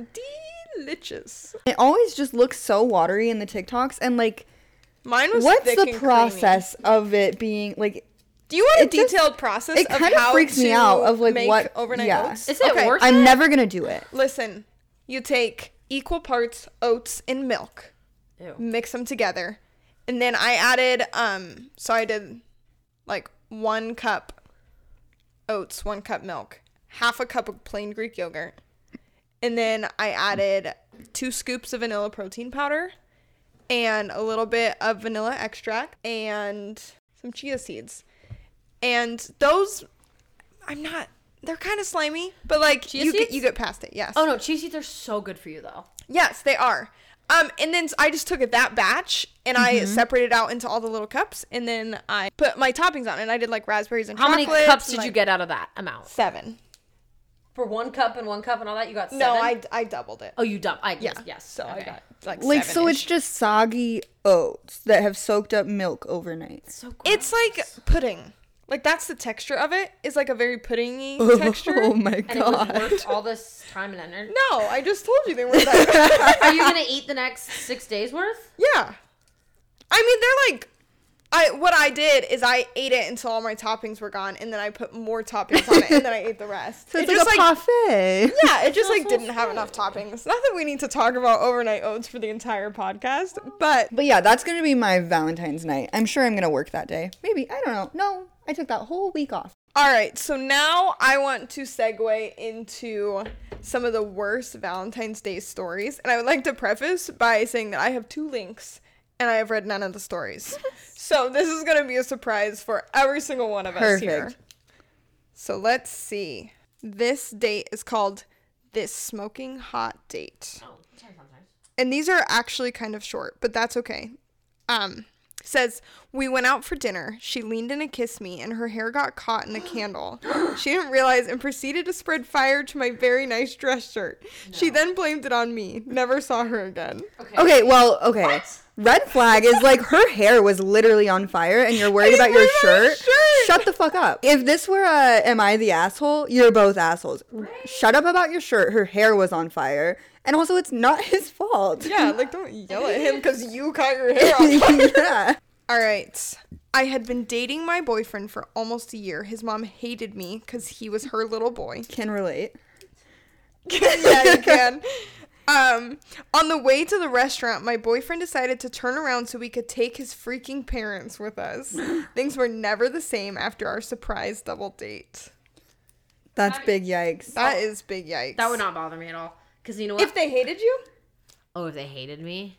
Speaker 4: delicious.
Speaker 5: it always just looks so watery in the TikToks and like.
Speaker 4: Mine was
Speaker 5: What's
Speaker 4: thick
Speaker 5: the
Speaker 4: and creamy.
Speaker 5: process of it being like?
Speaker 4: Do you want a
Speaker 5: It just-
Speaker 4: detailed process?
Speaker 5: it
Speaker 4: of
Speaker 5: kinda
Speaker 4: how
Speaker 5: freaks me
Speaker 4: to
Speaker 5: out of, like,
Speaker 4: make
Speaker 5: what-
Speaker 4: overnight
Speaker 5: yeah.
Speaker 4: oats?
Speaker 3: Is it worth
Speaker 5: I'm never gonna do it.
Speaker 4: Listen, you take equal parts oats and milk,
Speaker 3: Ew.
Speaker 4: mix them together, and then I added um so I did like one cup oats, one cup milk, half a cup of plain Greek yogurt, and then I added two scoops of vanilla protein powder and a little bit of vanilla extract and some chia seeds. And those I'm not they're kind of slimy, but like
Speaker 3: Chia
Speaker 4: you get
Speaker 3: seeds?
Speaker 4: you get past it. Yes.
Speaker 3: Oh no, cheese seeds are so good for you though.
Speaker 4: Yes, they are. Um, and then I just took it that batch and
Speaker 3: Mm-hmm.
Speaker 4: I separated out into all the little cups, and then I put my toppings on, and I did like raspberries and
Speaker 3: How many
Speaker 4: chocolates
Speaker 3: cups
Speaker 4: and,
Speaker 3: did you
Speaker 4: like,
Speaker 3: get out of that amount?
Speaker 4: Seven.
Speaker 3: For one cup and one cup and all that, you got seven.
Speaker 4: No, I I doubled it.
Speaker 3: Oh, you dump. I
Speaker 4: yeah.
Speaker 3: yes, yes.
Speaker 4: So I
Speaker 3: okay.
Speaker 4: got like
Speaker 5: Like so,
Speaker 4: seven-ish.
Speaker 5: it's just soggy oats that have soaked up milk overnight.
Speaker 3: So gross.
Speaker 4: it's like pudding. Like that's the texture of it. Is like a very puddingy
Speaker 5: Oh
Speaker 4: texture.
Speaker 5: my
Speaker 3: And it was
Speaker 5: god.
Speaker 3: worth all this time and energy.
Speaker 4: No, I just told you they were that.
Speaker 3: Are you gonna eat the next six days worth?
Speaker 4: yeah. I mean, they're like. I what I did is I ate it until all my toppings were gone, and then I put more toppings on it, and then I ate the rest.
Speaker 5: So it's
Speaker 4: It
Speaker 5: like a
Speaker 4: just,
Speaker 5: parfait.
Speaker 4: Yeah, it just like didn't have enough toppings. Not that we need to talk about overnight oats for the entire podcast, but
Speaker 5: But yeah, that's gonna be my Valentine's night. I'm sure I'm gonna work that day. Maybe I don't know. No, I took that whole week off.
Speaker 4: all right. So now I want to segue into some of the worst Valentine's Day stories, and I would like to preface by saying that I have two links and I have read none of the stories. so this is going to be a surprise for every single one of us here.
Speaker 5: Perfect.
Speaker 4: So let's see. This date is called this smoking hot date. and these are actually kind of short, but that's okay. Um, says we went out for dinner. She leaned in and kissed me, and her hair got caught in a candle. she didn't realize and proceeded to spread fire to my very nice dress shirt. She then blamed it on me. Never saw her again.
Speaker 5: Okay, well, okay. Red flag is like her hair was literally on fire, and you're worried about your
Speaker 4: worried
Speaker 5: shirt?
Speaker 4: about his shirt.
Speaker 5: Shut the fuck up. If this were a "Am I the asshole?" You're both assholes. Shut up about your shirt. Her hair was on fire, and also it's not his fault.
Speaker 4: Yeah, like don't yell at him because you caught your hair on
Speaker 5: yeah.
Speaker 4: All right. I had been dating my boyfriend for almost a year. His mom hated me because he was her little boy.
Speaker 5: Can relate.
Speaker 4: yeah, you can. Um, on the way to the restaurant, my boyfriend decided to turn around so we could take his freaking parents with us. Things were never the same after our surprise double date.
Speaker 5: That's big yikes.
Speaker 4: That is big yikes.
Speaker 3: Oh. That would not bother me at all. Cause you know what?
Speaker 4: If they hated you?
Speaker 3: oh, if they hated me.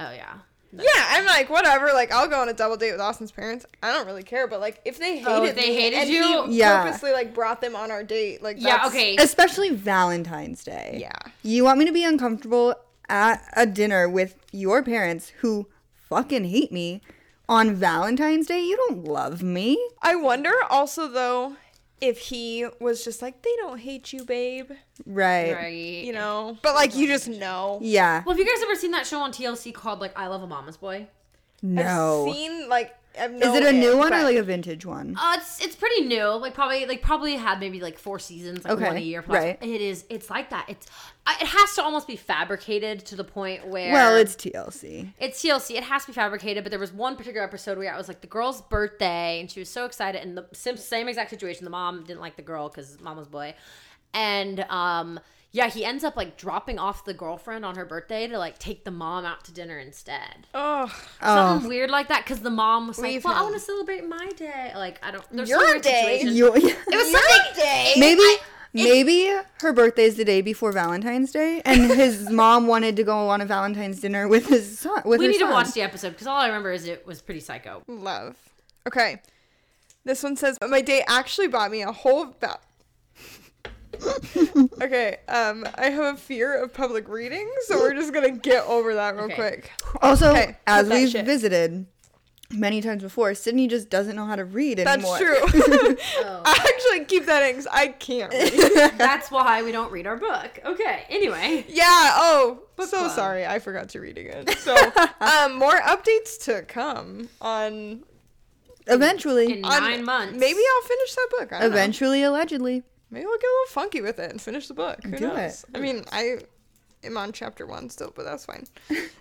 Speaker 3: Oh yeah.
Speaker 4: Yeah, I'm like whatever. Like I'll go on a double date with Austin's parents. I don't really care. But like if they hated,
Speaker 3: Oh, if they
Speaker 4: me
Speaker 3: hated
Speaker 4: and
Speaker 3: you?
Speaker 4: he
Speaker 5: Yeah.
Speaker 4: purposely like brought them on our date. Like
Speaker 3: Yeah.
Speaker 4: that's-
Speaker 3: Okay.
Speaker 5: Especially Valentine's Day.
Speaker 4: Yeah.
Speaker 5: You want me to be uncomfortable at a dinner with your parents who fucking hate me on Valentine's Day? You don't love me.
Speaker 4: I wonder also though if he was just like they don't hate you, babe.
Speaker 5: Right.
Speaker 3: Right.
Speaker 4: You know, but like you just know.
Speaker 5: Yeah.
Speaker 3: Well, have you guys ever seen that show on TLC called like I Love a Mama's Boy?
Speaker 5: No.
Speaker 4: I've seen like. I've
Speaker 5: Is
Speaker 4: known
Speaker 5: it a new one
Speaker 4: but-
Speaker 5: or like a vintage one?
Speaker 3: Uh, it's it's pretty new. Like probably like probably had maybe like four seasons, like
Speaker 5: Okay,
Speaker 3: one a year. Plus.
Speaker 5: right.
Speaker 3: It is. It's like that. It's I- it has to almost be fabricated to the point where
Speaker 5: Well, it's TLC.
Speaker 3: It's TLC. It has to be fabricated, but there was one particular episode where it was like the girl's birthday, and she was so excited, and the sim- same exact situation. The mom didn't like the girl because mom was boy, and um, yeah, he ends up like dropping off the girlfriend on her birthday to like take the mom out to dinner instead.
Speaker 4: Ugh.
Speaker 5: Oh,
Speaker 3: Something weird like that because the mom was
Speaker 4: Leave
Speaker 3: like, "Well, I
Speaker 4: him.
Speaker 3: want to celebrate my day." Like I don't. There's
Speaker 4: Your
Speaker 3: some weird
Speaker 4: day?
Speaker 3: situation.
Speaker 5: you,
Speaker 3: It was something day.
Speaker 5: maybe maybe her birthday's the day before Valentine's Day, and his mom wanted to go on a Valentine's dinner with his son. With
Speaker 3: we
Speaker 5: her
Speaker 3: need to
Speaker 5: son.
Speaker 3: watch the episode because all I remember is it was pretty psycho.
Speaker 4: Love. Okay. This one says my date actually bought me a whole ba- Okay, um I have a fear of public reading, so we're just going to get over that real
Speaker 3: Okay.
Speaker 4: quick.
Speaker 5: Also,
Speaker 4: Okay, put
Speaker 5: as
Speaker 4: that
Speaker 5: we've
Speaker 4: shit.
Speaker 5: visited many times before, Sydney just doesn't know how to read
Speaker 4: That's
Speaker 5: anymore.
Speaker 4: true. I actually keep that in 'cause I can't. read.
Speaker 3: That's why we don't read our book. Okay. Anyway.
Speaker 4: yeah, oh, so
Speaker 3: club.
Speaker 4: sorry. I forgot to read again. So, um more updates to come on,
Speaker 5: Eventually,
Speaker 3: In
Speaker 4: on-
Speaker 3: nine months.
Speaker 4: Maybe I'll finish that book. I don't know.
Speaker 5: eventually, allegedly.
Speaker 4: Maybe I'll get a little funky with it and finish the book. Who
Speaker 5: Do
Speaker 4: knows?
Speaker 5: it.
Speaker 4: I mean, I am on chapter one still, but that's fine.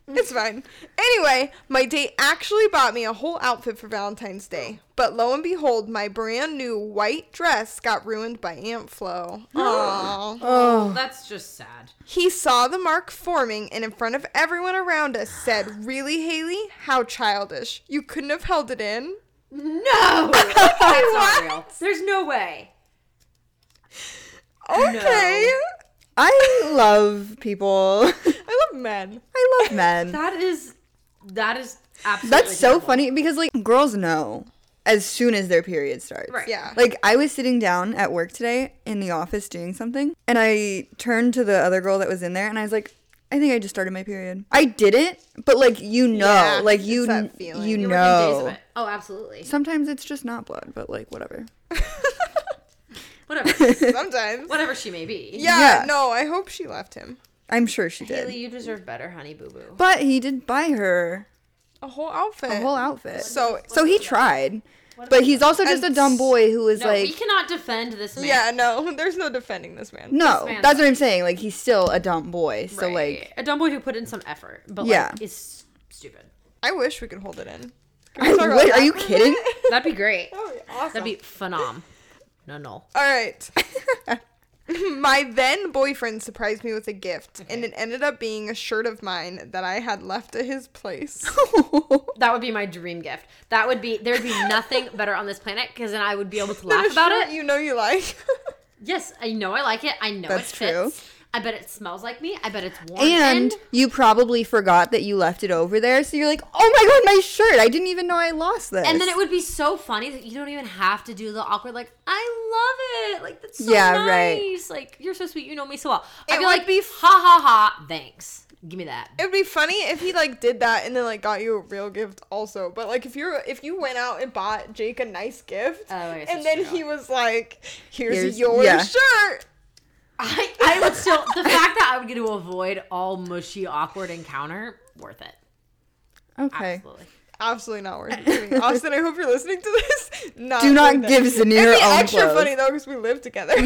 Speaker 4: it's fine. Anyway, my date actually bought me a whole outfit for Valentine's Day, but lo and behold, my brand new white dress got ruined by Aunt Flo. Aww.
Speaker 5: Oh,
Speaker 3: That's just sad.
Speaker 4: He saw the mark forming and in front of everyone around us said, Really, Haley? How childish. You couldn't have held it in.
Speaker 3: No, that's not real. There's no way.
Speaker 4: Okay.
Speaker 5: I love people.
Speaker 4: I love men.
Speaker 5: I love men.
Speaker 3: That is that is absolutely.
Speaker 5: That's so
Speaker 3: terrible.
Speaker 5: funny because like girls know as soon as their period starts.
Speaker 3: Right.
Speaker 4: Yeah.
Speaker 5: Like I was sitting down at work today in the office doing something and I turned to the other girl that was in there and I was like I think I just started my period. I didn't, but like you know,
Speaker 4: Yeah,
Speaker 5: like you
Speaker 4: it's that
Speaker 5: kn-
Speaker 4: feeling.
Speaker 5: you
Speaker 3: You're within days of
Speaker 5: know.
Speaker 3: it. Oh, absolutely.
Speaker 5: Sometimes it's just not blood, but like whatever.
Speaker 3: Whatever,
Speaker 4: Sometimes.
Speaker 3: whatever she may be.
Speaker 4: Yeah,
Speaker 5: Yeah.
Speaker 4: no, I hope she left him.
Speaker 5: I'm sure she did.
Speaker 3: Haley, you deserve better, honey boo boo.
Speaker 5: But he did buy her
Speaker 4: A whole outfit.
Speaker 5: a whole outfit.
Speaker 4: So
Speaker 5: so he tried. But he's also just
Speaker 4: And
Speaker 5: a dumb boy who is
Speaker 3: No,
Speaker 5: like
Speaker 3: we cannot defend this man.
Speaker 4: Yeah, no, there's no defending this man.
Speaker 5: No,
Speaker 3: this man-
Speaker 5: that's what I'm saying. Like he's still a dumb boy. So
Speaker 3: Right.
Speaker 5: like
Speaker 3: a dumb boy who put in some effort, but
Speaker 5: Yeah.
Speaker 3: like is stupid.
Speaker 4: I wish we could hold it in.
Speaker 5: I-
Speaker 4: talk about
Speaker 5: wait,
Speaker 4: that
Speaker 5: are you
Speaker 4: for a
Speaker 5: kidding?
Speaker 3: That'd be great.
Speaker 4: That would be awesome.
Speaker 3: That'd be phenom. No, no.
Speaker 4: All right. My then boyfriend surprised me with a gift, and it ended up being a shirt of mine that I had left at his place.
Speaker 3: That would be my dream gift. That would be there'd be nothing better on this planet because then I would be able to laugh
Speaker 4: A
Speaker 3: about
Speaker 4: shirt
Speaker 3: it.
Speaker 4: You know you like.
Speaker 3: Yes, I know I like it. I know
Speaker 5: That's
Speaker 3: it
Speaker 5: true.
Speaker 3: fits. I bet it smells like me. I bet it's warm.
Speaker 5: and you probably forgot that you left it over there, so you're like, "Oh my god, my shirt! I didn't even know I lost this."
Speaker 3: and then it would be so funny that you don't even have to do the awkward like I love it. Like that's so
Speaker 5: Yeah, right.
Speaker 3: nice. Like you're so sweet. You know me so well. I'd
Speaker 4: It would
Speaker 3: be like be ha ha ha. Thanks. Give me that.
Speaker 4: It would be funny if he like did that and then like got you a real gift also. But like if you're if you went out and bought Jake a nice gift,
Speaker 3: Oh, I guess
Speaker 4: and
Speaker 3: that's
Speaker 4: then
Speaker 3: true.
Speaker 4: he was like, "Here's,
Speaker 5: Here's-
Speaker 4: your
Speaker 5: yeah.
Speaker 4: shirt."
Speaker 3: I, I would still the fact that I would get to avoid all mushy awkward encounter worth it.
Speaker 5: okay.
Speaker 3: Absolutely.
Speaker 4: Absolutely not worth it. to me. Austin, I hope you're listening to this. Not
Speaker 5: Do not
Speaker 4: worth it.
Speaker 5: give
Speaker 4: It'd
Speaker 5: Zanir
Speaker 4: be
Speaker 5: your own
Speaker 4: extra
Speaker 5: clothes.
Speaker 4: funny though because we live together.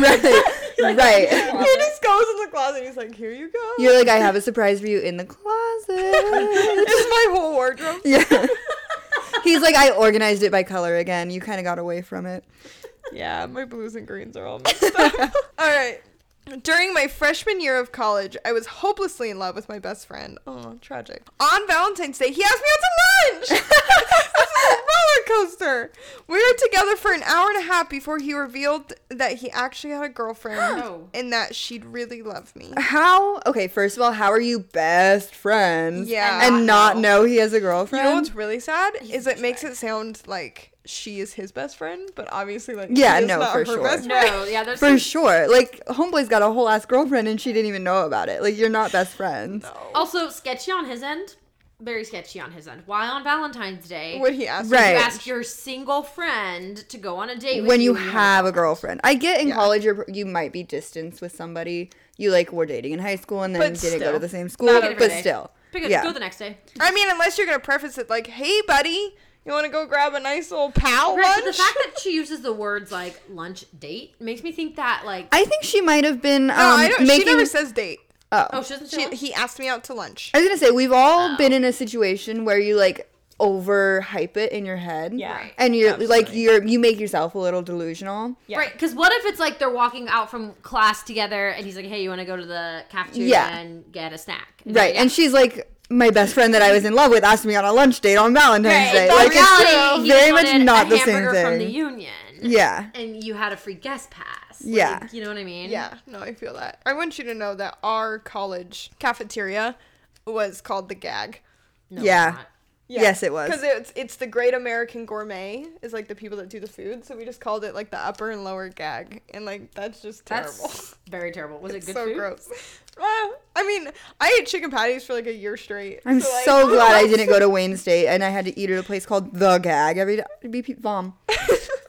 Speaker 5: Right,
Speaker 4: he
Speaker 5: right.
Speaker 4: just goes in the closet. He's like, "Here you go."
Speaker 5: You're like, I have a surprise for you in the closet.
Speaker 4: it's my whole wardrobe.
Speaker 5: yeah. He's like, I organized it by color again. You kind of got away from it.
Speaker 4: Yeah, my blues and greens are all mixed up. all right. During my freshman year of college, I was hopelessly in love with my best friend. Oh, tragic. On Valentine's Day, he asked me out to lunch. this is a roller coaster. We were together for an hour and a half before he revealed that he actually had a girlfriend
Speaker 3: Oh.
Speaker 4: and that she'd really love me.
Speaker 5: How? Okay, first of all, how are you best friends?
Speaker 4: Yeah.
Speaker 5: And not know he has a
Speaker 4: You
Speaker 5: girlfriend?
Speaker 4: know what's really sad is it makes it sound like she is his best friend, but obviously like
Speaker 5: Yeah,
Speaker 4: he is
Speaker 5: no,
Speaker 4: not
Speaker 5: for
Speaker 4: her
Speaker 5: sure.
Speaker 4: best friend.
Speaker 3: No, yeah, there's
Speaker 5: For sure. Like, Homeboy's got a whole ass girlfriend and she didn't even know about it. Like, you're not best friends.
Speaker 3: Also, sketchy on his end. Very sketchy on his end. Why on Valentine's Day
Speaker 4: Would he ask?
Speaker 5: Right.
Speaker 3: you ask your single friend to go on a date with
Speaker 5: When you
Speaker 3: and
Speaker 5: have a girlfriend, I get in college, you're, you might be distanced with somebody. You, like, were dating in high school and then
Speaker 4: But
Speaker 5: didn't go
Speaker 4: still.
Speaker 5: to the same school,
Speaker 3: every
Speaker 5: but
Speaker 3: day.
Speaker 5: still.
Speaker 3: Pick up,
Speaker 5: yeah.
Speaker 3: go the next day.
Speaker 4: I mean, unless you're gonna preface it like, "Hey, buddy, you want to go grab a nice little pal
Speaker 3: Right, but the
Speaker 4: lunch?"
Speaker 3: fact that she uses the words like lunch date makes me think that like
Speaker 5: I think she might have been um,
Speaker 4: no, I don't.
Speaker 5: making.
Speaker 4: she never says date.
Speaker 5: oh.
Speaker 3: oh she doesn't say
Speaker 4: She,
Speaker 3: lunch?
Speaker 4: he asked me out to lunch.
Speaker 5: I was gonna say we've all been in a situation where you like overhype it in your head.
Speaker 4: Yeah. Right.
Speaker 5: And you're like you're you make yourself a little delusional.
Speaker 4: Yeah.
Speaker 3: Right, because what if it's like they're walking out from class together and he's like, "Hey, you want to go to the cafeteria
Speaker 5: Yeah.
Speaker 3: and get a snack?"
Speaker 5: Right. And she's like my best friend that I was in love with asked me on a lunch date on Valentine's Day.
Speaker 3: but
Speaker 5: Like
Speaker 3: in reality,
Speaker 5: it's
Speaker 3: he
Speaker 5: very
Speaker 3: just
Speaker 5: much
Speaker 3: wanted
Speaker 5: not
Speaker 3: a
Speaker 5: the same
Speaker 3: hamburger
Speaker 5: thing.
Speaker 3: From the union,
Speaker 5: yeah.
Speaker 3: and you had a free guest pass. Like,
Speaker 5: Yeah.
Speaker 3: you know what I mean.
Speaker 4: Yeah, no, I feel that. I want you to know that our college cafeteria was called the Gag.
Speaker 3: No,
Speaker 5: Yeah.
Speaker 3: it's not.
Speaker 5: Yes, it was.
Speaker 4: Because it's it's the Great American Gourmet is like the people that do the food, so we just called it like the upper and lower gag, and like that's just terrible.
Speaker 3: That's very terrible. Was it good
Speaker 4: so
Speaker 3: food?
Speaker 4: gross. Well, I mean, I ate chicken patties for like a year straight.
Speaker 5: I'm
Speaker 4: like-
Speaker 5: so glad I didn't go to Wayne State and I had to eat at a place called The Gag every day. It'd be pe- vom.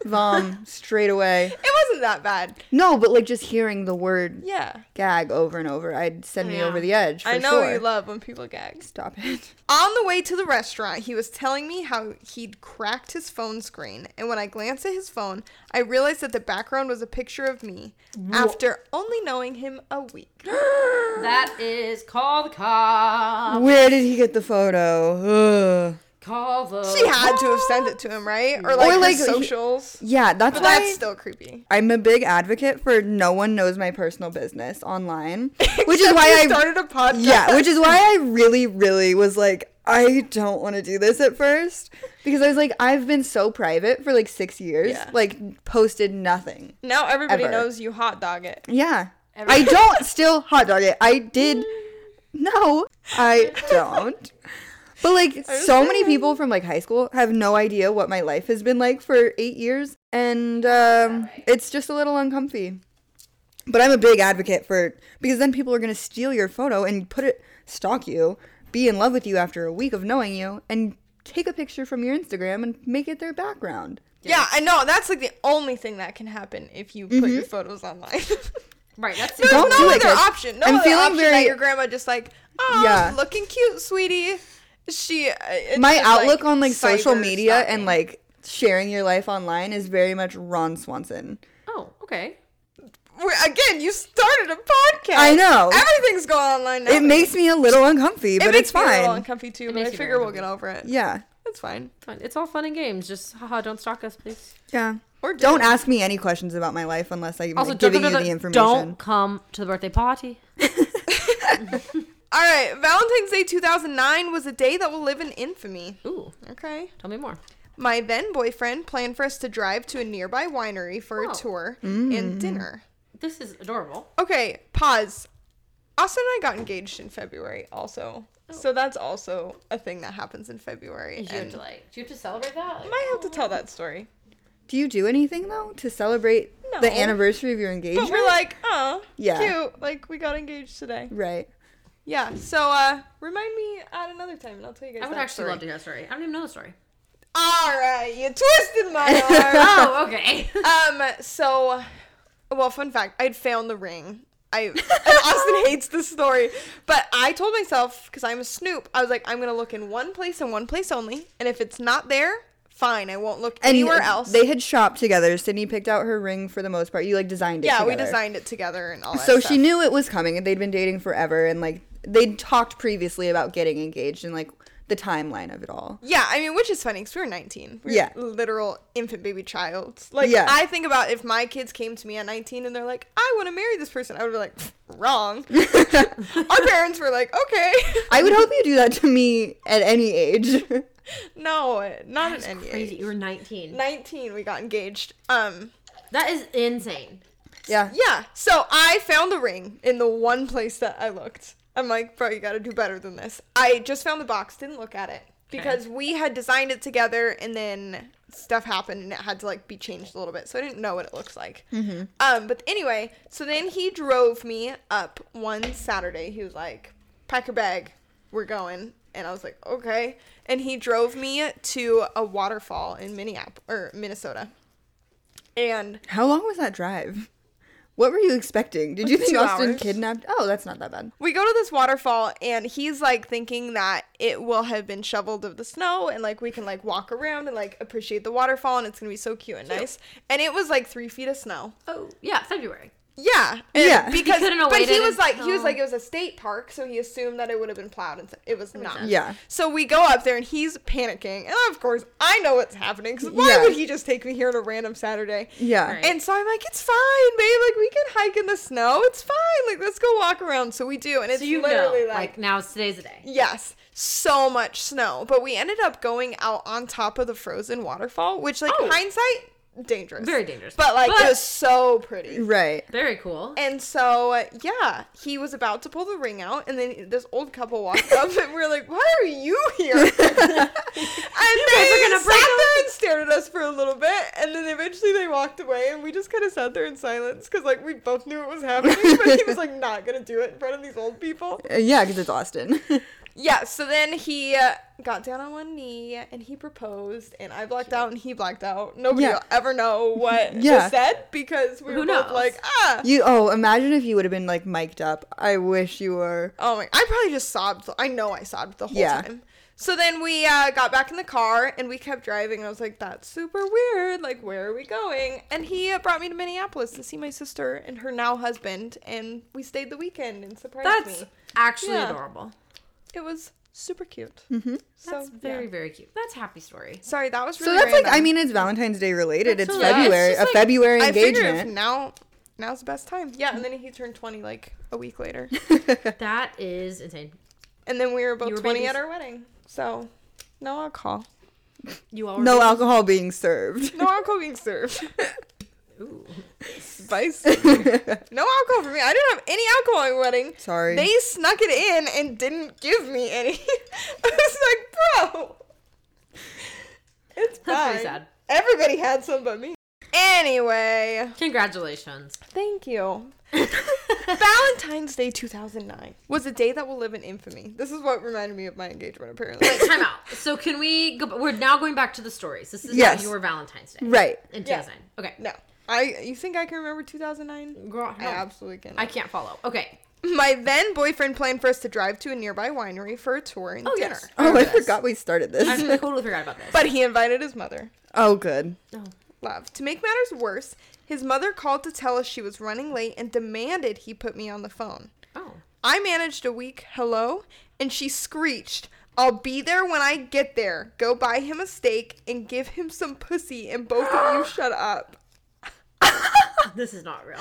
Speaker 5: vom straight away.
Speaker 4: It wasn't that bad.
Speaker 5: No, but like just hearing the word
Speaker 4: Yeah.
Speaker 5: gag over and over, I'd send me
Speaker 3: Yeah.
Speaker 5: over the edge. For
Speaker 4: I know
Speaker 5: sure.
Speaker 4: you love when people gag.
Speaker 5: Stop it.
Speaker 4: On the way to the restaurant, he was telling me how he'd cracked his phone screen, and when I glanced at his phone, I realized that the background was a picture of me after only knowing him a week.
Speaker 3: That is call the cop.
Speaker 5: Where did he get the photo? Ugh.
Speaker 3: Call the.
Speaker 4: She had to have sent it to him, right? Or like,
Speaker 5: like, he-
Speaker 4: his socials.
Speaker 5: Yeah, that's
Speaker 4: but
Speaker 5: why
Speaker 4: that's still creepy.
Speaker 5: I'm a big advocate for no one knows my personal business online, which is
Speaker 4: Except
Speaker 5: why
Speaker 4: you
Speaker 5: I
Speaker 4: started a podcast.
Speaker 5: yeah, which is why I really, really was like, I don't want to do this at first because I was like, I've been so private for like six years,
Speaker 4: Yeah.
Speaker 5: like posted nothing.
Speaker 4: now everybody
Speaker 5: Ever.
Speaker 4: knows you hot dog it.
Speaker 5: Yeah, I don't still hot dog it. I did. No, I don't. But like so many people from like high school have no idea what my life has been like for eight years, and um, it's just a little uncomfy. But I'm a big advocate for because then people are gonna steal your photo and put it stalk you, be in love with you after a week of knowing you, and take a picture from your Instagram and make it their background.
Speaker 4: Yeah, I know. That's like the only thing that can happen if you put your photos online.
Speaker 3: Right. That's
Speaker 4: There's
Speaker 5: Don't
Speaker 4: no
Speaker 5: do it,
Speaker 4: other
Speaker 5: guys.
Speaker 4: option. No
Speaker 5: I'm
Speaker 4: other
Speaker 5: feeling
Speaker 4: option
Speaker 5: very-
Speaker 4: that your grandma just like, oh,
Speaker 5: Yeah.
Speaker 4: looking cute, sweetie. She. uh, it's
Speaker 5: my
Speaker 4: just,
Speaker 5: outlook on like social
Speaker 4: cyber
Speaker 5: media
Speaker 4: stalking.
Speaker 5: and like sharing your life online is very much Ron Swanson.
Speaker 3: Oh, okay.
Speaker 4: We're, again, you started a podcast.
Speaker 5: I know.
Speaker 4: Everything's going online now.
Speaker 5: It makes me a little uncomfy, but it's
Speaker 4: me a
Speaker 5: fine.
Speaker 4: little uncomfy too, but
Speaker 3: makes
Speaker 4: I
Speaker 3: you
Speaker 4: figure
Speaker 3: very
Speaker 4: we'll get over it.
Speaker 5: yeah.
Speaker 4: It's fine.
Speaker 3: It's fine. It's all fun and games. Just haha, don't stalk us, please.
Speaker 5: Yeah.
Speaker 4: Or
Speaker 5: Don't ask me any questions about my life unless I'm
Speaker 3: Also,
Speaker 5: like,
Speaker 3: don't,
Speaker 5: giving you
Speaker 3: don't-
Speaker 5: the
Speaker 3: don't-
Speaker 5: information.
Speaker 3: don't come to the birthday party.
Speaker 4: All right, Valentine's Day 2009 was a day that will live in infamy.
Speaker 3: Ooh,
Speaker 4: Okay.
Speaker 3: tell me more.
Speaker 4: My then boyfriend planned for us to drive to a nearby winery for
Speaker 3: Oh.
Speaker 4: a tour
Speaker 5: Mm.
Speaker 4: and dinner.
Speaker 3: This is adorable.
Speaker 4: Okay, pause. Austin and I got engaged in February also.
Speaker 3: Oh.
Speaker 4: So that's also a thing that happens in February.
Speaker 3: Do you have
Speaker 4: And
Speaker 3: to like? Do you have to celebrate that?
Speaker 4: I might have to tell that story.
Speaker 5: Do you do anything though to celebrate
Speaker 4: No.
Speaker 5: the anniversary of your
Speaker 4: But
Speaker 5: engagement?
Speaker 4: we're like, oh,
Speaker 5: Yeah.
Speaker 4: cute. Like, we got engaged today.
Speaker 5: right.
Speaker 4: Yeah, so uh, remind me at another time and I'll tell you guys
Speaker 3: I would
Speaker 4: that
Speaker 3: actually
Speaker 4: story.
Speaker 3: love to hear that story. I don't even know the story.
Speaker 4: All right, you twisted my arm.
Speaker 3: Oh, okay.
Speaker 4: Um, so, well, fun fact, I'd found the ring. I and Austin hates this story, but I told myself because I'm a snoop, I was like, I'm gonna look in one place and one place only, and if it's not there, fine, I won't look
Speaker 5: And
Speaker 4: anywhere else.
Speaker 5: They had shopped together. Sydney picked out her ring for the most part. You like designed it.
Speaker 4: yeah, we
Speaker 5: together.
Speaker 4: designed it together and all that.
Speaker 5: So
Speaker 4: stuff.
Speaker 5: she knew it was coming, and they'd been dating forever, and like they'd talked previously about getting engaged and like the timeline of it all.
Speaker 4: Yeah, I mean, which is funny because we were 19. We were
Speaker 5: Yeah.
Speaker 4: Literal infant baby child. Like,
Speaker 5: Yeah.
Speaker 4: I think about if my kids came to me at 19 and they're like, I want to marry this person, I would be like, wrong. Our parents were like, okay.
Speaker 5: I would hope you do that to me at any age.
Speaker 4: no, not E at any
Speaker 3: Crazy.
Speaker 4: age.
Speaker 3: You were 19.
Speaker 4: 19, we got engaged. Um,
Speaker 3: That is insane.
Speaker 5: yeah.
Speaker 4: yeah. So I found the ring in the one place that I looked. I'm like, bro, you got to do better than this. I just found the box, didn't look at it because we had designed it together and then stuff happened and it had to like be changed a little bit. So I didn't know what it looks like. Um, but anyway, so then he drove me up one Saturday. He was like, pack your bag, we're going. And I was like, okay. And he drove me to a waterfall in Minneapolis or Minnesota. And
Speaker 5: How long was that drive? What were you expecting? Did you
Speaker 4: Like
Speaker 5: think
Speaker 4: two
Speaker 5: Austin
Speaker 4: hours.
Speaker 5: kidnapped? Oh, that's not that bad.
Speaker 4: we go to this waterfall and he's like thinking that it will have been shoveled of the snow and like we can like walk around and like appreciate the waterfall and it's gonna be so cute and nice and it was like three feet of snow
Speaker 3: Oh, yeah, February.
Speaker 4: yeah and
Speaker 5: Yeah. You
Speaker 4: because
Speaker 3: couldn't have
Speaker 4: but he
Speaker 3: waited
Speaker 4: was like he was
Speaker 3: until-
Speaker 4: like it was a state park so he assumed that it would have been plowed and it was not
Speaker 5: Yeah.
Speaker 4: so we go up there and he's panicking and of course i know what's happening because why
Speaker 5: Yeah.
Speaker 4: would he just take me here on a random saturday
Speaker 5: Yeah.
Speaker 3: Right.
Speaker 4: and so I'm like, it's fine, babe. Like we can hike in the snow. It's fine. Like let's go walk around. So we do, and it's
Speaker 3: So you
Speaker 4: literally
Speaker 3: know, like,
Speaker 4: like,
Speaker 3: now it's today's the day.
Speaker 4: yes, so much snow. But we ended up going out on top of the frozen waterfall, which like
Speaker 3: Oh.
Speaker 4: hindsight, dangerous,
Speaker 3: Very dangerous.
Speaker 4: But like
Speaker 3: But-
Speaker 4: it was so pretty.
Speaker 5: Right.
Speaker 3: Very cool.
Speaker 4: And so uh, yeah, he was about to pull the ring out, and then this old couple walked up, and we're like, "Why are you here?" and they
Speaker 3: gonna
Speaker 4: sat
Speaker 3: break
Speaker 4: there and stared at us for a little bit, and then eventually they walked away, and we just kind of sat there in silence because like we both knew it was happening, but he was like not gonna do it in front of these old people.
Speaker 5: Uh, Yeah, because it's Austin.
Speaker 4: Yeah. So then he uh, got down on one knee and he proposed, and I blacked out and he blacked out. Nobody
Speaker 5: Yeah.
Speaker 4: will ever know what
Speaker 5: Yeah.
Speaker 4: was said because we were
Speaker 3: Who
Speaker 4: both
Speaker 3: knows?
Speaker 4: like, ah.
Speaker 5: you. Oh, imagine if you would have been like mic'd up. I wish you were.
Speaker 4: Oh my! I probably just sobbed. I know I sobbed the whole
Speaker 5: Yeah.
Speaker 4: time. So then we uh, got back in the car and we kept driving. And I was like, "That's super weird. Like, where are we going?" And he uh, brought me to Minneapolis to see my sister and her now husband, and we stayed the weekend and surprised
Speaker 3: That's
Speaker 4: me.
Speaker 3: actually
Speaker 4: Yeah.
Speaker 3: adorable.
Speaker 4: It was super cute.
Speaker 5: Mm-hmm.
Speaker 4: So
Speaker 3: That's very,
Speaker 4: yeah.
Speaker 3: very cute. That's a happy story.
Speaker 4: sorry. That was
Speaker 5: So
Speaker 4: really.
Speaker 5: that's like. I
Speaker 4: random.
Speaker 5: mean, it's Valentine's Day related. It's
Speaker 3: Absolutely. Yeah, it's
Speaker 5: February.
Speaker 3: just
Speaker 5: a
Speaker 3: like-
Speaker 5: February
Speaker 4: I figure if
Speaker 5: engagement.
Speaker 4: now now's the best time. Yeah, and then he turned twenty like a week later,
Speaker 3: That is insane.
Speaker 4: and then we were both
Speaker 3: You were
Speaker 4: twenty
Speaker 3: babies.
Speaker 4: at our wedding. So no alcohol,
Speaker 3: You all
Speaker 5: no alcohol being served.
Speaker 4: no alcohol being served.
Speaker 3: Ooh.
Speaker 4: Spice. No alcohol for me. I didn't have any alcohol at my wedding.
Speaker 5: Sorry.
Speaker 4: They snuck it in and didn't give me any. I was like, bro. It's fine.
Speaker 3: That's pretty sad.
Speaker 4: Everybody had some but me. Anyway,
Speaker 3: Congratulations.
Speaker 4: thank you. Valentine's Day 2009 was a day that will live in infamy. This is what reminded me of my engagement, apparently.
Speaker 3: Time out. So can we go? We're now going back to the stories. This is
Speaker 5: Yes.
Speaker 3: not your Valentine's Day.
Speaker 5: right.
Speaker 3: In
Speaker 4: Yeah.
Speaker 3: 2009. Okay.
Speaker 4: no. I you think I can remember 2009?
Speaker 3: Girl,
Speaker 4: I
Speaker 3: no.
Speaker 4: absolutely can.
Speaker 3: I can't follow. Okay.
Speaker 4: My then boyfriend planned for us to drive to a nearby winery for a tour and dinner.
Speaker 3: yes.
Speaker 5: Oh, I forgot we started
Speaker 3: I
Speaker 5: this.
Speaker 3: totally forgot about this.
Speaker 4: But he invited his mother.
Speaker 5: oh, good.
Speaker 4: Love. To make matters worse, his mother called to tell us she was running late and demanded he put me on the phone.
Speaker 3: Oh.
Speaker 4: I managed a weak hello, and she screeched, I'll be there when I get there. Go buy him a steak and give him some pussy, and both of you shut up.
Speaker 3: This is not real.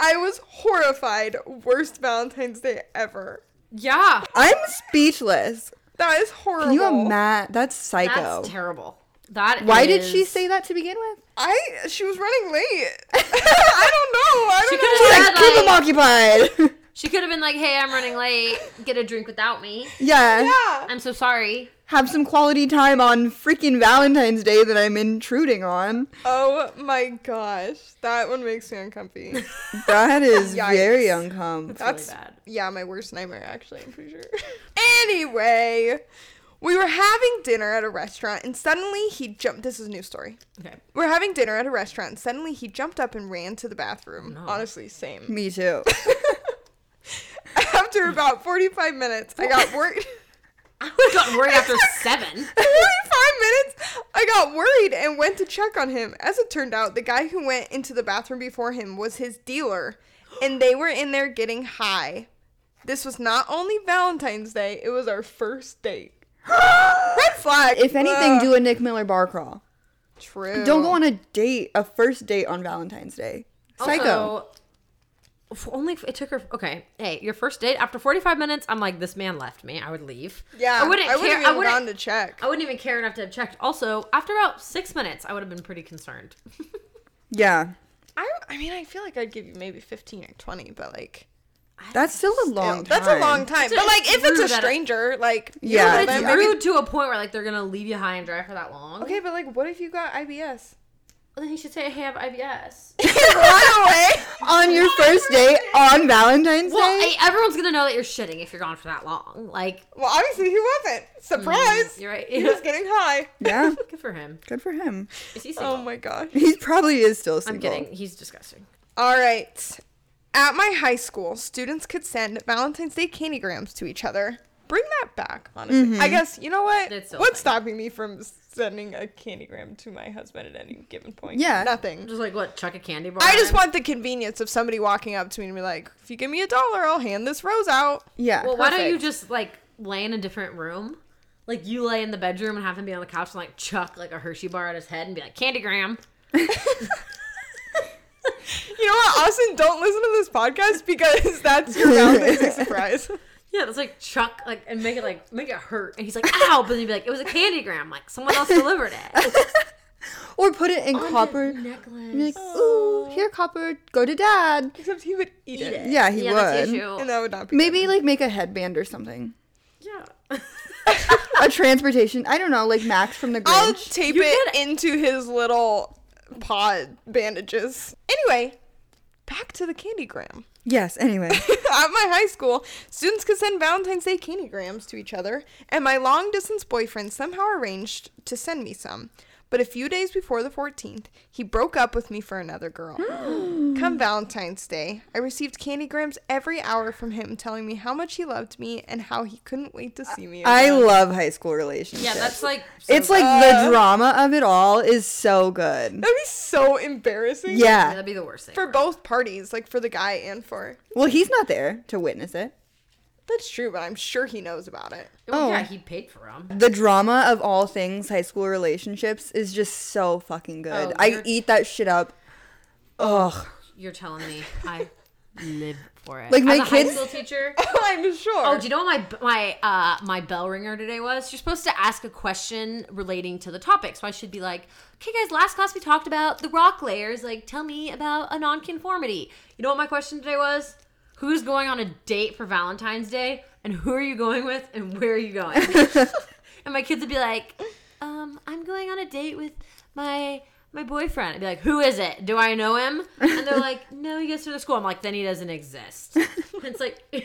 Speaker 4: I was horrified. Worst Valentine's Day ever.
Speaker 3: Yeah.
Speaker 5: I'm speechless.
Speaker 4: That is horrible.
Speaker 5: Can you imagine? That's
Speaker 3: That's
Speaker 5: psycho.
Speaker 3: terrible. That
Speaker 5: Why did she
Speaker 3: is-
Speaker 5: say that to begin with?
Speaker 4: I she was running late. I don't know. I
Speaker 3: She
Speaker 4: don't
Speaker 3: could
Speaker 4: know.
Speaker 3: have
Speaker 5: Like,
Speaker 3: said
Speaker 5: keep them
Speaker 3: like,
Speaker 5: occupied.
Speaker 3: she could have been like, "Hey, I'm running late. Get a drink without me.
Speaker 5: yeah.
Speaker 4: Yeah.
Speaker 3: I'm so sorry."
Speaker 5: Have some quality time on freaking Valentine's Day that I'm intruding on.
Speaker 4: Oh my gosh, that one makes me uncomfy.
Speaker 5: That is
Speaker 4: Yikes.
Speaker 5: very uncom.
Speaker 3: Really
Speaker 4: That's
Speaker 3: bad.
Speaker 4: yeah, my worst nightmare actually. I'm pretty sure. anyway, we were having dinner at a restaurant, and suddenly he jumped. This is a new story.
Speaker 3: Okay.
Speaker 4: We're having dinner at a restaurant, and suddenly he jumped up and ran to the bathroom. Honestly, same.
Speaker 5: Me too.
Speaker 4: After about 45 minutes, I got worried.
Speaker 3: I would have gotten worried after seven.
Speaker 4: 45 minutes, I got worried and went to check on him. As it turned out, the guy who went into the bathroom before him was his dealer, and they were in there getting high. This was not only Valentine's Day, it was our first date. Red flag.
Speaker 5: If anything,
Speaker 4: Ugh.
Speaker 5: do a Nick Miller bar crawl.
Speaker 4: True.
Speaker 5: Don't go on a date, a first date on Valentine's Day. Psycho.
Speaker 3: Also, if only if it took her. Okay, hey, your first date after 45 minutes, I'm like, this man left me. I would leave.
Speaker 4: Yeah,
Speaker 3: I wouldn't
Speaker 4: I
Speaker 3: care.
Speaker 4: wouldn't
Speaker 3: I
Speaker 4: even
Speaker 3: wouldn't.
Speaker 4: gone to check.
Speaker 3: I wouldn't even care enough to have checked. Also, after about six minutes, I would have been pretty concerned.
Speaker 5: yeah.
Speaker 4: I, I mean, I feel like I'd give you maybe 15 or 20, but like. um,
Speaker 5: That's still a long time.
Speaker 4: That's a long time.
Speaker 3: It's a-
Speaker 4: but like,
Speaker 3: it's
Speaker 4: if it's a
Speaker 3: rude that it-
Speaker 4: stranger, like. you
Speaker 5: Yeah,
Speaker 4: know,
Speaker 3: But
Speaker 4: then
Speaker 3: it's
Speaker 5: maybe-
Speaker 3: rude to a point where like they're gonna leave you high and dry for that long.
Speaker 4: Okay, but like, what if you got IBS?
Speaker 3: Well, then he should say, "Hey, I have IBS."
Speaker 4: Run away!
Speaker 5: On your first date on Valentine's
Speaker 3: well,
Speaker 5: Day?
Speaker 3: hey, everyone's gonna know that you're shitting if you're gone for that long. Like, mm,
Speaker 4: Well, obviously he wasn't. Surprise!
Speaker 3: you're right.
Speaker 4: He was getting high.
Speaker 5: yeah.
Speaker 3: Good for him.
Speaker 5: Good for him.
Speaker 3: Is he single?
Speaker 4: Oh my gosh.
Speaker 5: He probably is still
Speaker 3: I'm
Speaker 5: single.
Speaker 3: kidding. He's disgusting.
Speaker 4: All right. At my high school, students could send Valentine's Day candygrams to each other. Bring that back, honestly. I guess you know what?
Speaker 3: Mm-hmm. That's so
Speaker 4: What's
Speaker 3: funny.
Speaker 4: stopping me from sending a candygram to my husband at any given point?
Speaker 5: Yeah.
Speaker 4: nothing.
Speaker 3: Just like what? Chuck a candy bar.
Speaker 4: I just
Speaker 3: at him?
Speaker 4: want the convenience of somebody walking up to me and be like, "If you give me a dollar, I'll hand this rose out."
Speaker 5: Yeah.
Speaker 3: Well, why don't you
Speaker 4: perfect.
Speaker 3: just like lay in a different room? Like you lay in the bedroom and have him be on the couch and like chuck like a Hershey bar at his head and be like candygram.
Speaker 4: You know what, Austin? Don't listen to this podcast because that's your Valentine's Day surprise.
Speaker 3: Yeah, that's like chuck like and make it like make it hurt. And he's like ow, but then he'd be like it was a candygram. Like someone else delivered it.
Speaker 5: or put it in copper.
Speaker 3: necklace.
Speaker 5: Be like, ooh, here, copper, go to dad.
Speaker 4: Except he would eat, it.
Speaker 5: Yeah, he
Speaker 3: yeah, that's
Speaker 5: would.
Speaker 3: usual.
Speaker 4: and that would not be good.
Speaker 5: Maybe like make a headband or something.
Speaker 3: Yeah.
Speaker 5: A transportation. I don't know, like Max from the
Speaker 4: I'll
Speaker 5: Grinch.
Speaker 4: tape
Speaker 3: You
Speaker 4: it
Speaker 3: could-
Speaker 4: into his little pod bandages. Anyway, back to the candygram.
Speaker 5: yes. Anyway.
Speaker 4: At my high school, students could send Valentine's Day candygrams to each other, and my long distance boyfriend somehow arranged to send me some. But a few days before the 14th, he broke up with me for another girl. Come Valentine's Day, I received candygrams every hour from him telling me how much he loved me and how he couldn't wait to see me.
Speaker 5: I
Speaker 4: again.
Speaker 5: love high school relationships.
Speaker 3: Yeah, that's like
Speaker 5: it's like the drama of it all is so good.
Speaker 4: That'd be so embarrassing.
Speaker 5: Yeah.
Speaker 3: that'd be the worst thing.
Speaker 4: for both parties, like for the guy and for.
Speaker 5: Well, he's not there to witness it.
Speaker 4: That's true, but I'm sure he knows about it.
Speaker 3: Well,
Speaker 5: oh.
Speaker 3: Yeah, he paid for them.
Speaker 5: The drama of all things high school relationships is just so fucking
Speaker 3: Oh,
Speaker 5: good. I
Speaker 3: you're-
Speaker 5: eat that shit up. Ugh.
Speaker 3: You're telling me I live for it.
Speaker 5: Like, my
Speaker 3: As a
Speaker 5: kids-
Speaker 3: high school teacher.
Speaker 4: I'm sure.
Speaker 3: Oh, do you know what my my uh, my bell ringer today was? You're supposed to ask a question relating to the topic, so I should be like, "Okay, guys, last class we talked about the rock layers. Like, tell me about a nonconformity." You know what my question today was? Who's going on a date for Valentine's Day, and who are you going with, and where are you going? and my kids would be like, um, "I'm going on a date with my." My boyfriend. I'd be like, "Who is it? Do I know him?" And they're like, "No, he goes to the school." I'm like, "Then he doesn't exist." And it's like, that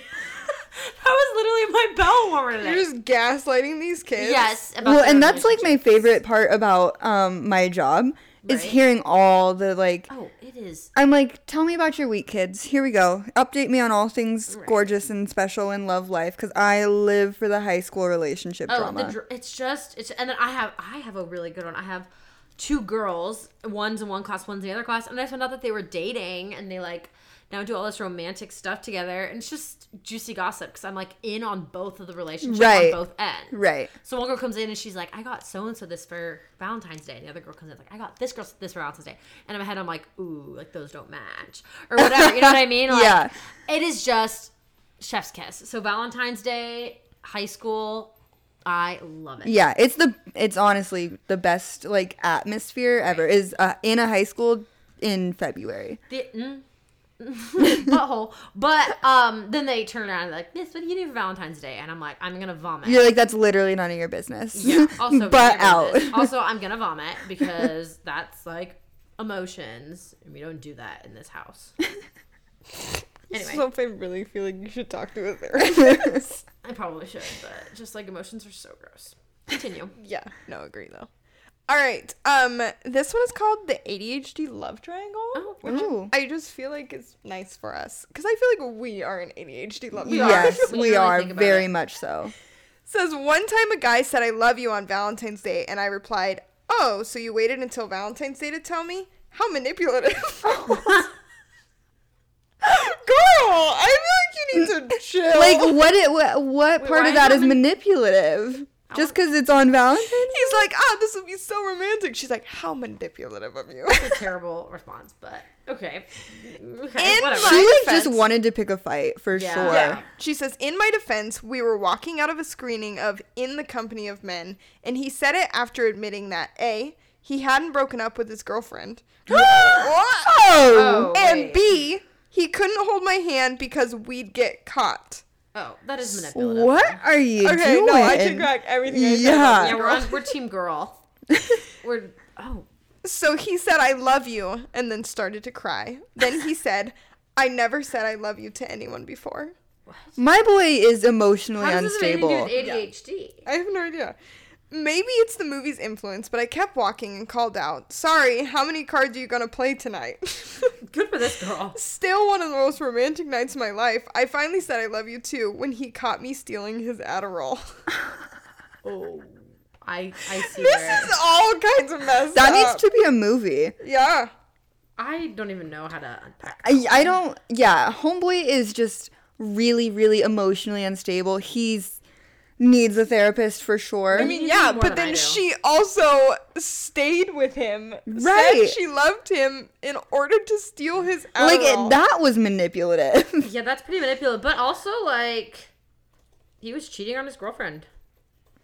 Speaker 3: was literally my bell warmer
Speaker 4: You're
Speaker 3: today.
Speaker 4: just gaslighting these kids.
Speaker 3: Yes. About
Speaker 5: Well,
Speaker 3: their
Speaker 5: and that's like my
Speaker 3: relationship.
Speaker 5: favorite part about um my job is
Speaker 3: Right.
Speaker 5: hearing all the like
Speaker 3: Oh, it It is.
Speaker 5: I'm like, tell me about your week, kids. Here we go. Update me on all things gorgeous and special in love life, because I live for the high school relationship
Speaker 3: Oh,
Speaker 5: drama.
Speaker 3: the dr- it's just it's and then I have I have a really good one. I have two girls, one's in one class, one's in the other class, and I found out that they were dating and they like now do all this romantic stuff together, and it's just juicy gossip because I'm like in on both of the relationships
Speaker 5: Right.
Speaker 3: on both ends.
Speaker 5: right.
Speaker 3: So one girl comes in and she's like, I got so and so this for Valentine's Day. And the other girl comes in like, I got this girl this for Valentine's Day. And in my head, I'm like, ooh, like those don't match or whatever. You know what I mean? Like,
Speaker 5: Yeah.
Speaker 3: It is just chef's kiss. So Valentine's Day, high school, I love it.
Speaker 5: Yeah, it's the it's honestly the best like atmosphere ever is uh, in a high school in February.
Speaker 3: The, mm, butthole. But um, then they turn around and they're like, Miss, what do you do for Valentine's Day? And I'm like, I'm gonna vomit.
Speaker 5: You're like that's literally none of your business.
Speaker 3: Yeah. Also, remember
Speaker 5: but out.
Speaker 3: this. Also, I'm gonna vomit because that's like emotions, and we don't do that in this house. Anyway,
Speaker 4: So I really feel like you should talk to a therapist.
Speaker 3: I probably should, but just like emotions are so gross. Continue.
Speaker 4: yeah, no, agree though. All right. Um, this one is called the ADHD love triangle.
Speaker 3: Oh,
Speaker 4: which
Speaker 5: Ooh.
Speaker 4: I just feel like it's nice for us because I feel like we are an ADHD love. triangle.
Speaker 5: yes,
Speaker 3: When
Speaker 5: we
Speaker 3: you really
Speaker 5: are
Speaker 3: think about
Speaker 5: very
Speaker 3: it.
Speaker 5: much so.
Speaker 4: Says one time a guy said I love you on Valentine's Day, and I replied, "Oh, so you waited until Valentine's Day to tell me? How manipulative!" Girl, I feel like you need to chill.
Speaker 5: Like what it what, what part
Speaker 3: why Oh.
Speaker 5: of that
Speaker 3: am
Speaker 5: is
Speaker 3: I-
Speaker 5: manipulative? Just because it's on Valentine's.
Speaker 4: He's like, ah, this would be so romantic. She's like, how manipulative of you.
Speaker 3: that's a terrible response, but okay. okay
Speaker 4: In
Speaker 3: whatever.
Speaker 4: my-
Speaker 5: She like just
Speaker 4: defense-
Speaker 5: wanted to pick a fight for
Speaker 3: Yeah.
Speaker 5: sure.
Speaker 3: Yeah.
Speaker 4: She says, in my defense, we were walking out of a screening of In the Company of Men, and he said it after admitting that A, he hadn't broken up with his girlfriend.
Speaker 5: Oh.
Speaker 3: Oh,
Speaker 4: and
Speaker 3: wait.
Speaker 4: B, he couldn't hold my hand because we'd get caught.
Speaker 3: oh, that is manipulative.
Speaker 5: What are you
Speaker 4: Okay,
Speaker 5: doing?
Speaker 4: no, I take back everything I said.
Speaker 5: Yeah.
Speaker 3: Yeah, we're on, we're team girl. We're oh
Speaker 4: So he said, I love you, and then started to cry. Then he said, I never said I love you to anyone before.
Speaker 5: My boy is emotionally
Speaker 3: how does this have
Speaker 5: unstable.
Speaker 3: anything to do with ADHD?
Speaker 4: I have no idea. Maybe it's the movie's influence, but I kept walking and called out, Sorry, how many cards are you gonna play tonight?
Speaker 3: Good for this girl.
Speaker 4: Still one of the most romantic nights of my life. I finally said I love you too when he caught me stealing his Adderall.
Speaker 3: Oh, I I see
Speaker 4: this
Speaker 3: where
Speaker 4: is all kinds of mess.
Speaker 5: That
Speaker 4: up.
Speaker 5: needs to be a movie.
Speaker 4: Yeah.
Speaker 3: I don't even know how to unpack.
Speaker 5: I, I don't. Yeah, homeboy is just really, really emotionally unstable. He's needs a therapist for sure.
Speaker 4: I mean,
Speaker 3: you
Speaker 4: yeah,
Speaker 3: do more
Speaker 4: but
Speaker 3: than I
Speaker 4: then
Speaker 3: do.
Speaker 4: she also stayed with him.
Speaker 5: Right.
Speaker 4: Said she loved him in order to steal his Adderall.
Speaker 5: like it, that was manipulative.
Speaker 3: Yeah, that's pretty manipulative. But also, like, he was cheating on his girlfriend.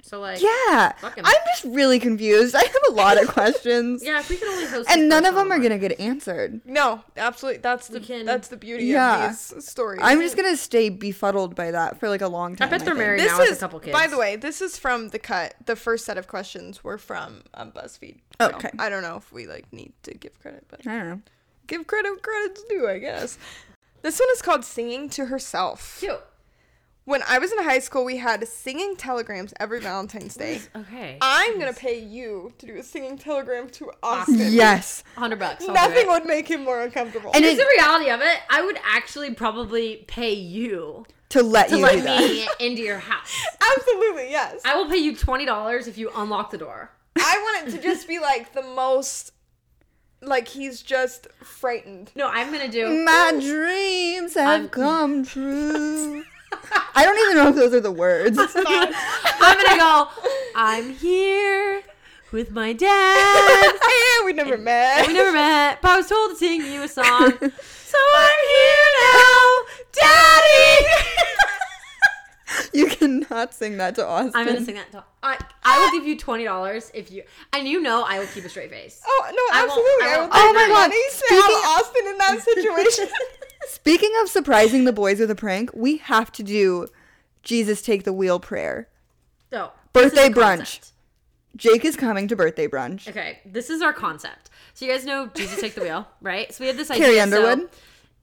Speaker 3: So, like,
Speaker 5: yeah,
Speaker 3: Fucking-
Speaker 5: I'm just really confused. I have a lot of questions,
Speaker 3: yeah, if we can only host,
Speaker 5: and
Speaker 3: this
Speaker 5: none of
Speaker 3: person
Speaker 5: them are
Speaker 3: online.
Speaker 5: gonna get answered.
Speaker 4: No, absolutely. That's the
Speaker 3: can-
Speaker 4: that's the beauty
Speaker 5: Yeah.
Speaker 4: of these stories.
Speaker 5: I'm just gonna stay befuddled by that for like a long time.
Speaker 3: I bet they're
Speaker 5: think.
Speaker 3: married
Speaker 4: this
Speaker 3: now. Is,
Speaker 4: is
Speaker 3: a couple kids.
Speaker 4: by the way. This is from the cut. The first set of questions were from um, BuzzFeed.
Speaker 3: Oh,
Speaker 5: Okay.
Speaker 4: I don't know if we like need to give credit, but
Speaker 5: I don't know.
Speaker 4: give credit where credit's due, I guess. This one is called "Singing to Herself."
Speaker 3: cute.
Speaker 4: When I was in high school, we had singing telegrams every Valentine's Day.
Speaker 3: Okay,
Speaker 4: I'm gonna pay you to do a singing telegram to Austin.
Speaker 5: Yes,
Speaker 3: hundred bucks. I'll do
Speaker 4: Nothing
Speaker 3: it.
Speaker 4: would make him more uncomfortable.
Speaker 5: And
Speaker 3: Here's
Speaker 5: it-
Speaker 3: the reality of it. I would actually probably pay you
Speaker 5: to let
Speaker 3: to
Speaker 5: you do
Speaker 3: let
Speaker 5: that.
Speaker 3: me into your house.
Speaker 4: Absolutely, yes. I,
Speaker 3: I will pay you twenty dollars if you unlock the door.
Speaker 4: want it to just be like the most, like he's just frightened.
Speaker 3: No, I'm gonna do.
Speaker 5: My dreams have
Speaker 3: I'm-
Speaker 5: come true. I don't even know if those are the words.
Speaker 3: I'm gonna go. I'm here with my dad.
Speaker 4: Eh, we never met.
Speaker 3: We never met, but I was told to sing you a song. So I'm here now, Daddy.
Speaker 5: You cannot sing that to Austin.
Speaker 3: I'm gonna sing that. To, I I will give you twenty dollars if you and you know I will keep a straight face.
Speaker 4: Oh no,
Speaker 3: I won't-
Speaker 4: absolutely.
Speaker 3: I
Speaker 4: I
Speaker 3: won't-
Speaker 4: would
Speaker 5: Oh
Speaker 4: oh
Speaker 5: my
Speaker 4: my god,
Speaker 5: God,
Speaker 4: Austin
Speaker 5: speaking-
Speaker 4: in that situation.
Speaker 5: Speaking of surprising the boys with a prank, we have to do Jesus take the wheel prayer.
Speaker 3: So
Speaker 5: Birthday
Speaker 3: this is the concept.
Speaker 5: Jake is coming to birthday brunch.
Speaker 3: Okay, this is our concept. So you guys know Jesus take the wheel, right? So we had this idea.
Speaker 5: Carrie
Speaker 3: so
Speaker 5: Underwood.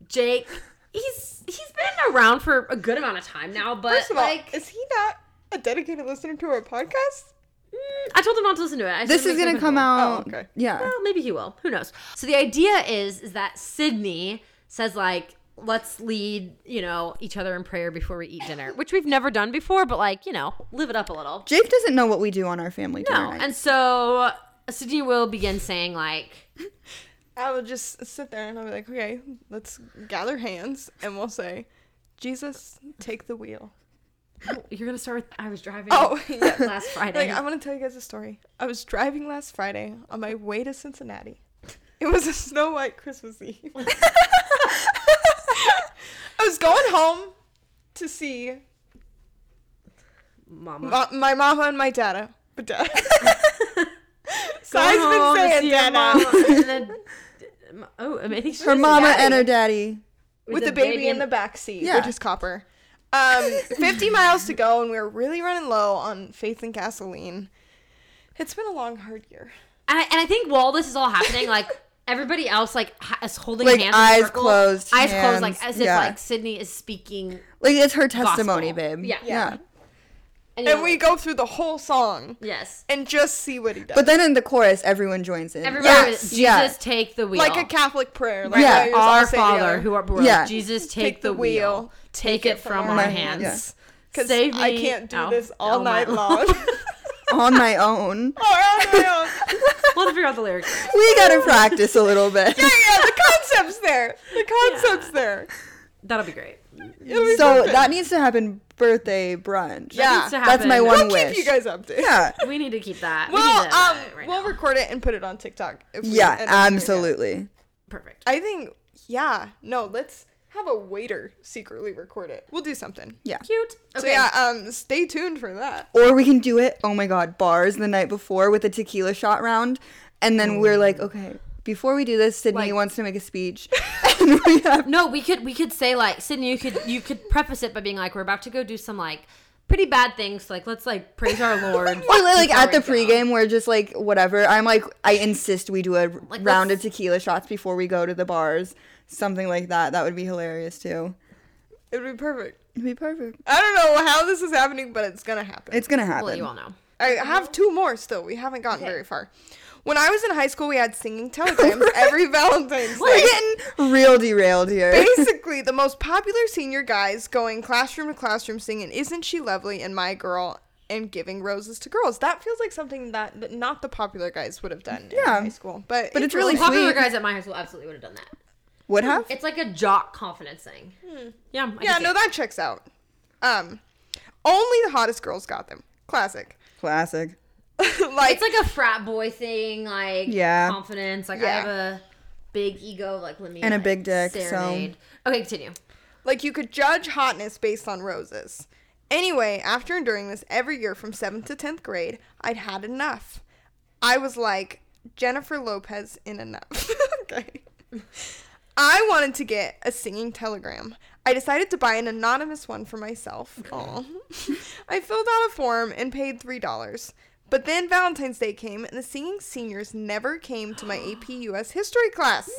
Speaker 3: Jake, he's he's been around for a good amount of time now, but
Speaker 4: First of all,
Speaker 3: like
Speaker 4: is he not a dedicated listener to our podcast?
Speaker 3: mm, I told him not to listen to it. I said
Speaker 5: This
Speaker 3: it
Speaker 5: is
Speaker 3: makes me
Speaker 5: gonna come
Speaker 3: uncomfortable.
Speaker 5: out.
Speaker 4: okay.
Speaker 5: Yeah.
Speaker 3: Well, maybe he will. Who knows? So the idea is is that Sydney says like, let's lead, you know, each other in prayer before we eat dinner, which we've never done before, but like, you know, live it up a little.
Speaker 5: Jake doesn't know what we do on our family dinner
Speaker 3: No.
Speaker 5: night.
Speaker 3: And so uh, Sydney will begin saying like,
Speaker 4: I would just sit there and I'll be like, okay, let's gather hands and we'll say, Jesus, take the wheel.
Speaker 3: "Oh, you're gonna start with I was driving
Speaker 4: Oh, yeah.
Speaker 3: last Friday.
Speaker 4: Like, I want to tell you guys a story. I was driving last Friday on my way to Cincinnati. It was a Snow White Christmas Eve. I was going home to see
Speaker 3: Mama.
Speaker 4: ma- my mama and my dada. But dada.
Speaker 3: Go
Speaker 4: Sai's
Speaker 3: home
Speaker 4: been
Speaker 3: and
Speaker 4: saying
Speaker 3: see
Speaker 4: dada.
Speaker 3: your mama and then- Oh, I mean, I think she
Speaker 5: her
Speaker 3: just-
Speaker 5: mama
Speaker 4: daddy.
Speaker 5: and her daddy.
Speaker 4: with the
Speaker 3: the
Speaker 4: baby,
Speaker 3: baby
Speaker 4: in
Speaker 3: in-
Speaker 4: the back seat, which
Speaker 5: Yeah.
Speaker 4: is copper. Um, 50 miles to go, and we are really running low on faith and gasoline. It's been a long, hard year.
Speaker 3: And I, and I think while this is all happening, like everybody else, like ha- is holding
Speaker 5: Like,
Speaker 3: hands, in a
Speaker 5: eyes
Speaker 3: circle,
Speaker 5: closed,
Speaker 3: eyes closed, like
Speaker 5: hands,
Speaker 3: as if
Speaker 5: yeah.
Speaker 3: like Sydney is speaking.
Speaker 5: Like it's her testimony,
Speaker 3: Gospel.
Speaker 5: babe.
Speaker 3: Yeah.
Speaker 5: yeah.
Speaker 3: And,
Speaker 4: And we go through the whole song
Speaker 3: yes,
Speaker 4: and just see what he does.
Speaker 5: But then in the chorus, everyone joins in.
Speaker 3: everybody,
Speaker 4: Yes,
Speaker 3: Jesus,
Speaker 5: yeah.
Speaker 3: take the wheel,
Speaker 4: like a Catholic prayer. Like
Speaker 5: Yeah.
Speaker 4: how you was all
Speaker 3: our
Speaker 4: saying the
Speaker 3: Father
Speaker 4: other-
Speaker 3: who art, yeah.
Speaker 5: Yeah.
Speaker 3: Jesus, take, the, wheel, take it from our
Speaker 5: my
Speaker 3: hands.
Speaker 5: hands.
Speaker 4: Because
Speaker 3: Save
Speaker 4: I
Speaker 3: me.
Speaker 4: can't do
Speaker 3: Oh.
Speaker 4: this all
Speaker 3: Oh, my-
Speaker 4: night long. or on
Speaker 5: on my own.
Speaker 4: my own.
Speaker 3: We'll have to figure out the lyrics.
Speaker 5: We gotta practice a little bit.
Speaker 4: Yeah, yeah, the concept's there. The concept's there.
Speaker 3: That'll be great.
Speaker 4: It'll be
Speaker 5: So
Speaker 4: perfect.
Speaker 5: that needs to happen birthday brunch.
Speaker 4: Yeah.
Speaker 3: needs to
Speaker 5: That's my
Speaker 3: happen.
Speaker 5: one
Speaker 4: I'll
Speaker 5: wish.
Speaker 4: keep you guys updated.
Speaker 5: yeah.
Speaker 3: We need to keep that. We
Speaker 4: Well,
Speaker 3: need to,
Speaker 4: um,
Speaker 3: uh, right
Speaker 4: we'll
Speaker 3: now.
Speaker 4: record it and put it on TikTok. If we
Speaker 5: Yeah,
Speaker 4: end up doing it.
Speaker 5: absolutely.
Speaker 3: perfect.
Speaker 4: I think, yeah, no, let's have a waiter secretly record it. We'll do something.
Speaker 3: Cute. Okay.
Speaker 4: So yeah, um, stay tuned for that.
Speaker 5: Or we can do it, oh my god, bars the night before with a tequila shot round. And then we're like, okay, before we do this, Sydney
Speaker 3: Mm. Like-
Speaker 5: wants to make a speech. and we have
Speaker 3: No, we could we could say like Sydney, you could you could preface it by being like, we're about to go do some like pretty bad things. Like let's like praise our Lord.
Speaker 5: or like at the
Speaker 3: before we go.
Speaker 5: pregame, we're just like whatever. I'm like, I insist we do a round
Speaker 3: let's-
Speaker 5: of tequila shots before we go to the bars, something like that. That would be hilarious too.
Speaker 4: It would be perfect.
Speaker 5: It'd be perfect.
Speaker 4: I don't know how this is happening, but it's gonna happen.
Speaker 5: It's gonna
Speaker 3: I'll let
Speaker 5: happen.
Speaker 3: you all know.
Speaker 4: I have two more still. We haven't gotten very far. When I was in high school, we had singing telegrams every Valentine's
Speaker 5: We're
Speaker 4: Day.
Speaker 5: getting real derailed here.
Speaker 4: Basically, the most popular senior guys going classroom to classroom singing "Isn't She Lovely" and "My Girl" and giving roses to girls. That feels like something that that not the popular guys would have done
Speaker 5: Yeah.
Speaker 4: in high school. But
Speaker 5: But it's really
Speaker 3: The popular
Speaker 5: sweet.
Speaker 3: guys at my high school absolutely would have done that.
Speaker 5: Would have?
Speaker 3: It's like a jock confidence thing.
Speaker 5: Hmm.
Speaker 3: Yeah, I can
Speaker 4: yeah,
Speaker 3: see
Speaker 4: no,
Speaker 3: it.
Speaker 4: that checks out. Um, only the hottest girls got them. Classic.
Speaker 5: Classic.
Speaker 4: like,
Speaker 3: it's like a frat boy thing, like
Speaker 5: Yeah.
Speaker 3: confidence. Like I
Speaker 4: Yeah.
Speaker 3: have a big ego, like let me
Speaker 5: And a
Speaker 3: like,
Speaker 5: big dick, so-
Speaker 3: So okay, continue.
Speaker 4: Like you could judge hotness based on roses. Anyway, after enduring this every year from 7th to 10th grade, I'd had enough. I was like Jennifer Lopez in enough. okay. I wanted to get a singing telegram. I decided to buy an anonymous one for myself. Aw. I filled out a form and paid $3. But then Valentine's Day came and the singing seniors never came to my AP US history class.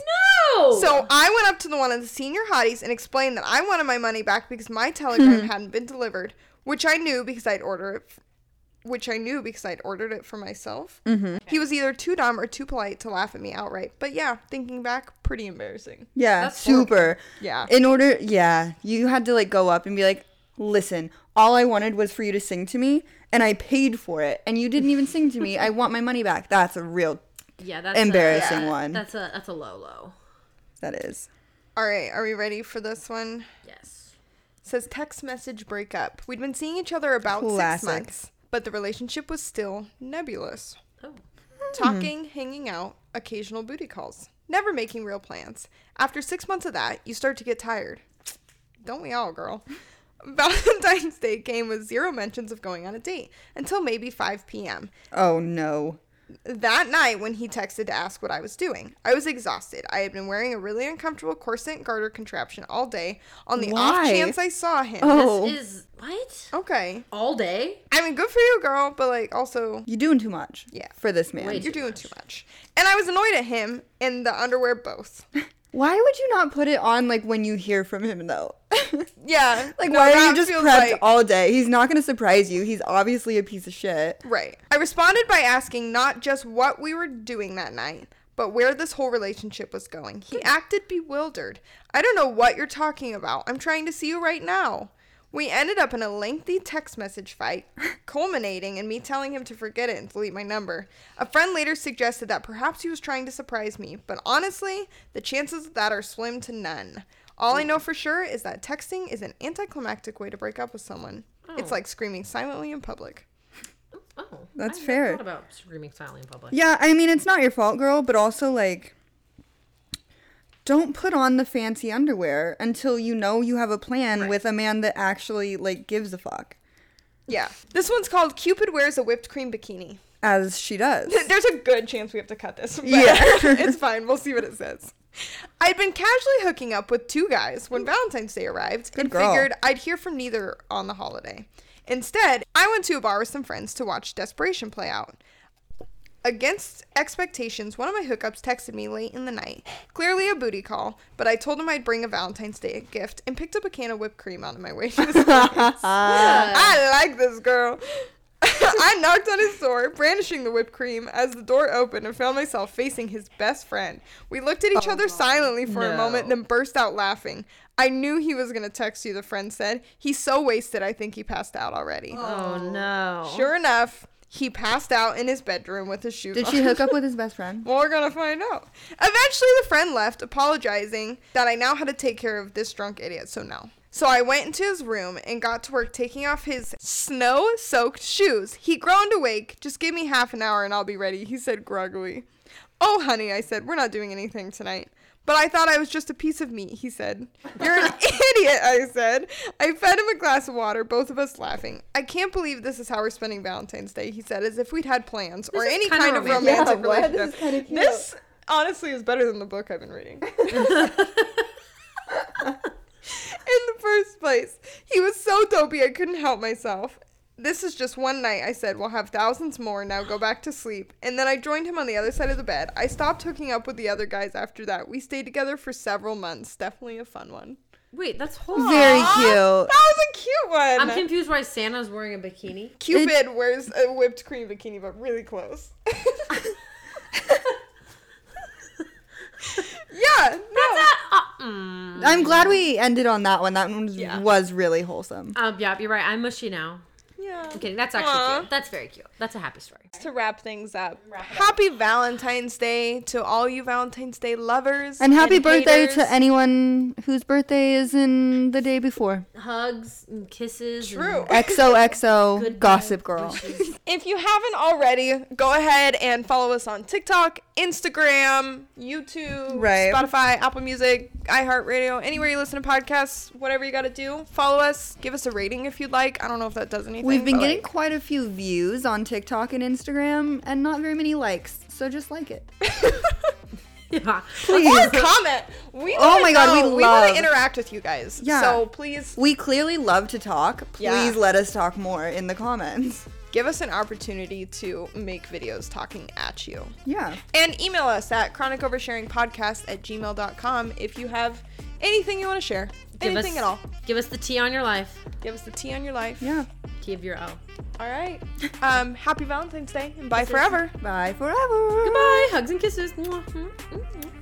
Speaker 3: No.
Speaker 4: So I went up to the one of the senior hotties and explained that I wanted my money back because my telegram hadn't been delivered, which I knew because I'd ordered it. f- Which I knew because I'd ordered it for myself. Mm-hmm. He was either too dumb or too polite to laugh at me outright. But yeah, thinking back, pretty embarrassing.
Speaker 5: Yeah,
Speaker 3: That's
Speaker 5: super.
Speaker 4: Yeah.
Speaker 5: In order, yeah, you had to like go up and be like, "Listen, all I wanted was for you to sing to me, and I paid for it, and you didn't even sing to me. I want my money back." That's a real
Speaker 3: yeah, that's
Speaker 5: embarrassing
Speaker 3: a,
Speaker 5: one.
Speaker 3: That's a that's a low low.
Speaker 5: that is.
Speaker 4: All right, are we ready for this one?
Speaker 3: Yes.
Speaker 4: says text message breakup. We'd been seeing each other about six
Speaker 5: Classic.
Speaker 4: months, but the relationship was still nebulous.
Speaker 3: Oh.
Speaker 5: Mm-hmm.
Speaker 4: Talking, hanging out, occasional booty calls, never making real plans. After six months of that, you start to get tired. Don't we all, girl? Valentine's Day came with zero mentions of going on a date until maybe 5 p.m.
Speaker 5: Oh no.
Speaker 4: That night, when he texted to ask what I was doing, I was exhausted. I had been wearing a really uncomfortable corset and garter contraption all day on the off
Speaker 5: Why?
Speaker 4: chance I saw him.
Speaker 5: Oh,
Speaker 3: This is what?
Speaker 4: Okay.
Speaker 3: All day?
Speaker 4: I mean, good for you, girl, but like also
Speaker 5: you're doing too much.
Speaker 4: Yeah.
Speaker 5: For this man.
Speaker 3: Wait.
Speaker 4: you're doing too much. And I was annoyed at him and the underwear both.
Speaker 5: Why would you not put it on like when you hear from him though?
Speaker 4: Yeah.
Speaker 5: like
Speaker 4: no,
Speaker 5: why are
Speaker 4: that
Speaker 5: you just
Speaker 4: feels
Speaker 5: prepped
Speaker 4: like-
Speaker 5: all day? He's not gonna surprise you. He's obviously a piece of shit.
Speaker 4: Right. I responded by asking not just what we were doing that night, but where this whole relationship was going. He acted bewildered. I don't know what you're talking about. I'm trying to see you right now. We ended up in a lengthy text message fight, culminating in me telling him to forget it and delete my number. A friend later suggested that perhaps he was trying to surprise me, but honestly, the chances of that are slim to none. All I know for sure is that texting is an anticlimactic way to break up with someone. It's like screaming silently in public.
Speaker 3: Oh,
Speaker 5: That's
Speaker 3: I never
Speaker 5: fair.
Speaker 3: Thought about screaming silently in public.
Speaker 5: Yeah, I mean it's not your fault, girl, but also like don't put on the fancy underwear until you know you have a plan with a man that actually like gives a fuck.
Speaker 4: Yeah. This one's called Cupid Wears a Whipped Cream Bikini.
Speaker 5: As she does.
Speaker 4: There's a good chance we have to cut this. But
Speaker 5: Yeah.
Speaker 4: it's fine. We'll see what it says. I'd been casually hooking up with two guys when Valentine's Day arrived
Speaker 5: Hmm. Good
Speaker 4: and
Speaker 5: girl.
Speaker 4: figured I'd hear from neither on the holiday. Instead, I went to a bar with some friends to watch Desperation play out. Against expectations, one of my hookups texted me late in the night, clearly a booty call, but I told him I'd bring a Valentine's Day gift and picked up a can of whipped cream on my way to the store. I like this girl. I knocked on his door, brandishing the whipped cream as the door opened and found myself facing his best friend. We looked at each other
Speaker 5: Oh,
Speaker 4: silently for a moment, then burst out laughing. I knew he was going to text you, the friend said. He's so wasted, I think he passed out already.
Speaker 3: Oh no.
Speaker 4: Sure enough, he passed out in his bedroom with his shoes
Speaker 5: Did
Speaker 4: on.
Speaker 5: she hook up with his best friend?
Speaker 4: Well, we're gonna find out. Eventually, the friend left, apologizing that I now had to take care of this drunk idiot, so no. So I went into his room and got to work taking off his snow soaked shoes. He groaned awake, just give me half an hour and I'll be ready, he said groggily. Oh, honey, I said, we're not doing anything tonight. But I thought I was just a piece of meat, he said. You're an idiot, I said. I fed him a glass of water, both of us laughing. I can't believe this is how we're spending Valentine's Day, he said, as if we'd had plans or
Speaker 3: is
Speaker 4: any
Speaker 3: kinda
Speaker 4: kind of romantic
Speaker 3: romantic.
Speaker 5: Yeah, what? This
Speaker 4: relationship.
Speaker 5: is kinda cute.
Speaker 4: This honestly is better than the book I've been reading. in the first place. He was so dopey, I couldn't help myself. This is just one night, I said. We'll have thousands more. Now go back to sleep. And then I joined him on the other side of the bed. I stopped hooking up with the other guys after that. We stayed together for several months. Definitely a fun one.
Speaker 3: Wait, that's whole.
Speaker 5: Very
Speaker 4: That
Speaker 5: cute.
Speaker 4: was a cute one.
Speaker 3: I'm confused why Santa's wearing a bikini.
Speaker 4: Cupid wears a whipped cream bikini, but really close. yeah, no.
Speaker 3: Uh, mm.
Speaker 5: I'm glad we ended on that one. That one was, was really wholesome.
Speaker 3: Um, yeah, you're right. I'm mushy now.
Speaker 4: Yeah.
Speaker 3: I'm kidding. That's actually
Speaker 4: Aw.
Speaker 3: cute. That's very cute. That's a happy story.
Speaker 4: to wrap things up. Happy Valentine's Day to all you Valentine's Day lovers.
Speaker 5: And happy birthday
Speaker 4: haters.
Speaker 5: to anyone whose birthday is in the day before.
Speaker 3: Hugs and kisses.
Speaker 4: True.
Speaker 3: And
Speaker 5: XOXO
Speaker 3: Good
Speaker 5: Gossip
Speaker 3: vibes,
Speaker 5: Girl.
Speaker 3: wishes.
Speaker 4: If you haven't already, go ahead and follow us on TikTok, Instagram, YouTube,
Speaker 5: Right.
Speaker 4: Spotify, Apple Music, iHeartRadio, anywhere you listen to podcasts, whatever you got to do. Follow us, give us a rating if you'd like. I don't know if that does anything.
Speaker 5: We've been
Speaker 4: but,
Speaker 5: getting
Speaker 4: like-
Speaker 5: quite a few views on TikTok and Instagram and not very many likes. So just like it.
Speaker 3: yeah.
Speaker 4: or comment. We
Speaker 5: Oh
Speaker 4: wanna
Speaker 5: my God, we
Speaker 4: know. we want
Speaker 5: love-
Speaker 4: to interact with you guys.
Speaker 5: Yeah.
Speaker 4: So please
Speaker 5: We clearly love to talk. Please
Speaker 4: Yeah.
Speaker 5: let us talk more in the comments.
Speaker 4: give us an opportunity to make videos talking at you.
Speaker 5: Yeah.
Speaker 4: And email us at chronicoversharingpodcast at gmail.com if you have anything you want to share.
Speaker 3: Give
Speaker 4: anything
Speaker 3: us,
Speaker 4: at all.
Speaker 3: Give us the tea on your life.
Speaker 4: Give us the tea on your life.
Speaker 5: Yeah.
Speaker 3: Tea of your O.
Speaker 4: All right. Um, happy Valentine's Day and bye forever.
Speaker 5: Bye forever.
Speaker 3: Goodbye. Hugs and kisses. Mwah. Mm, mm, mm.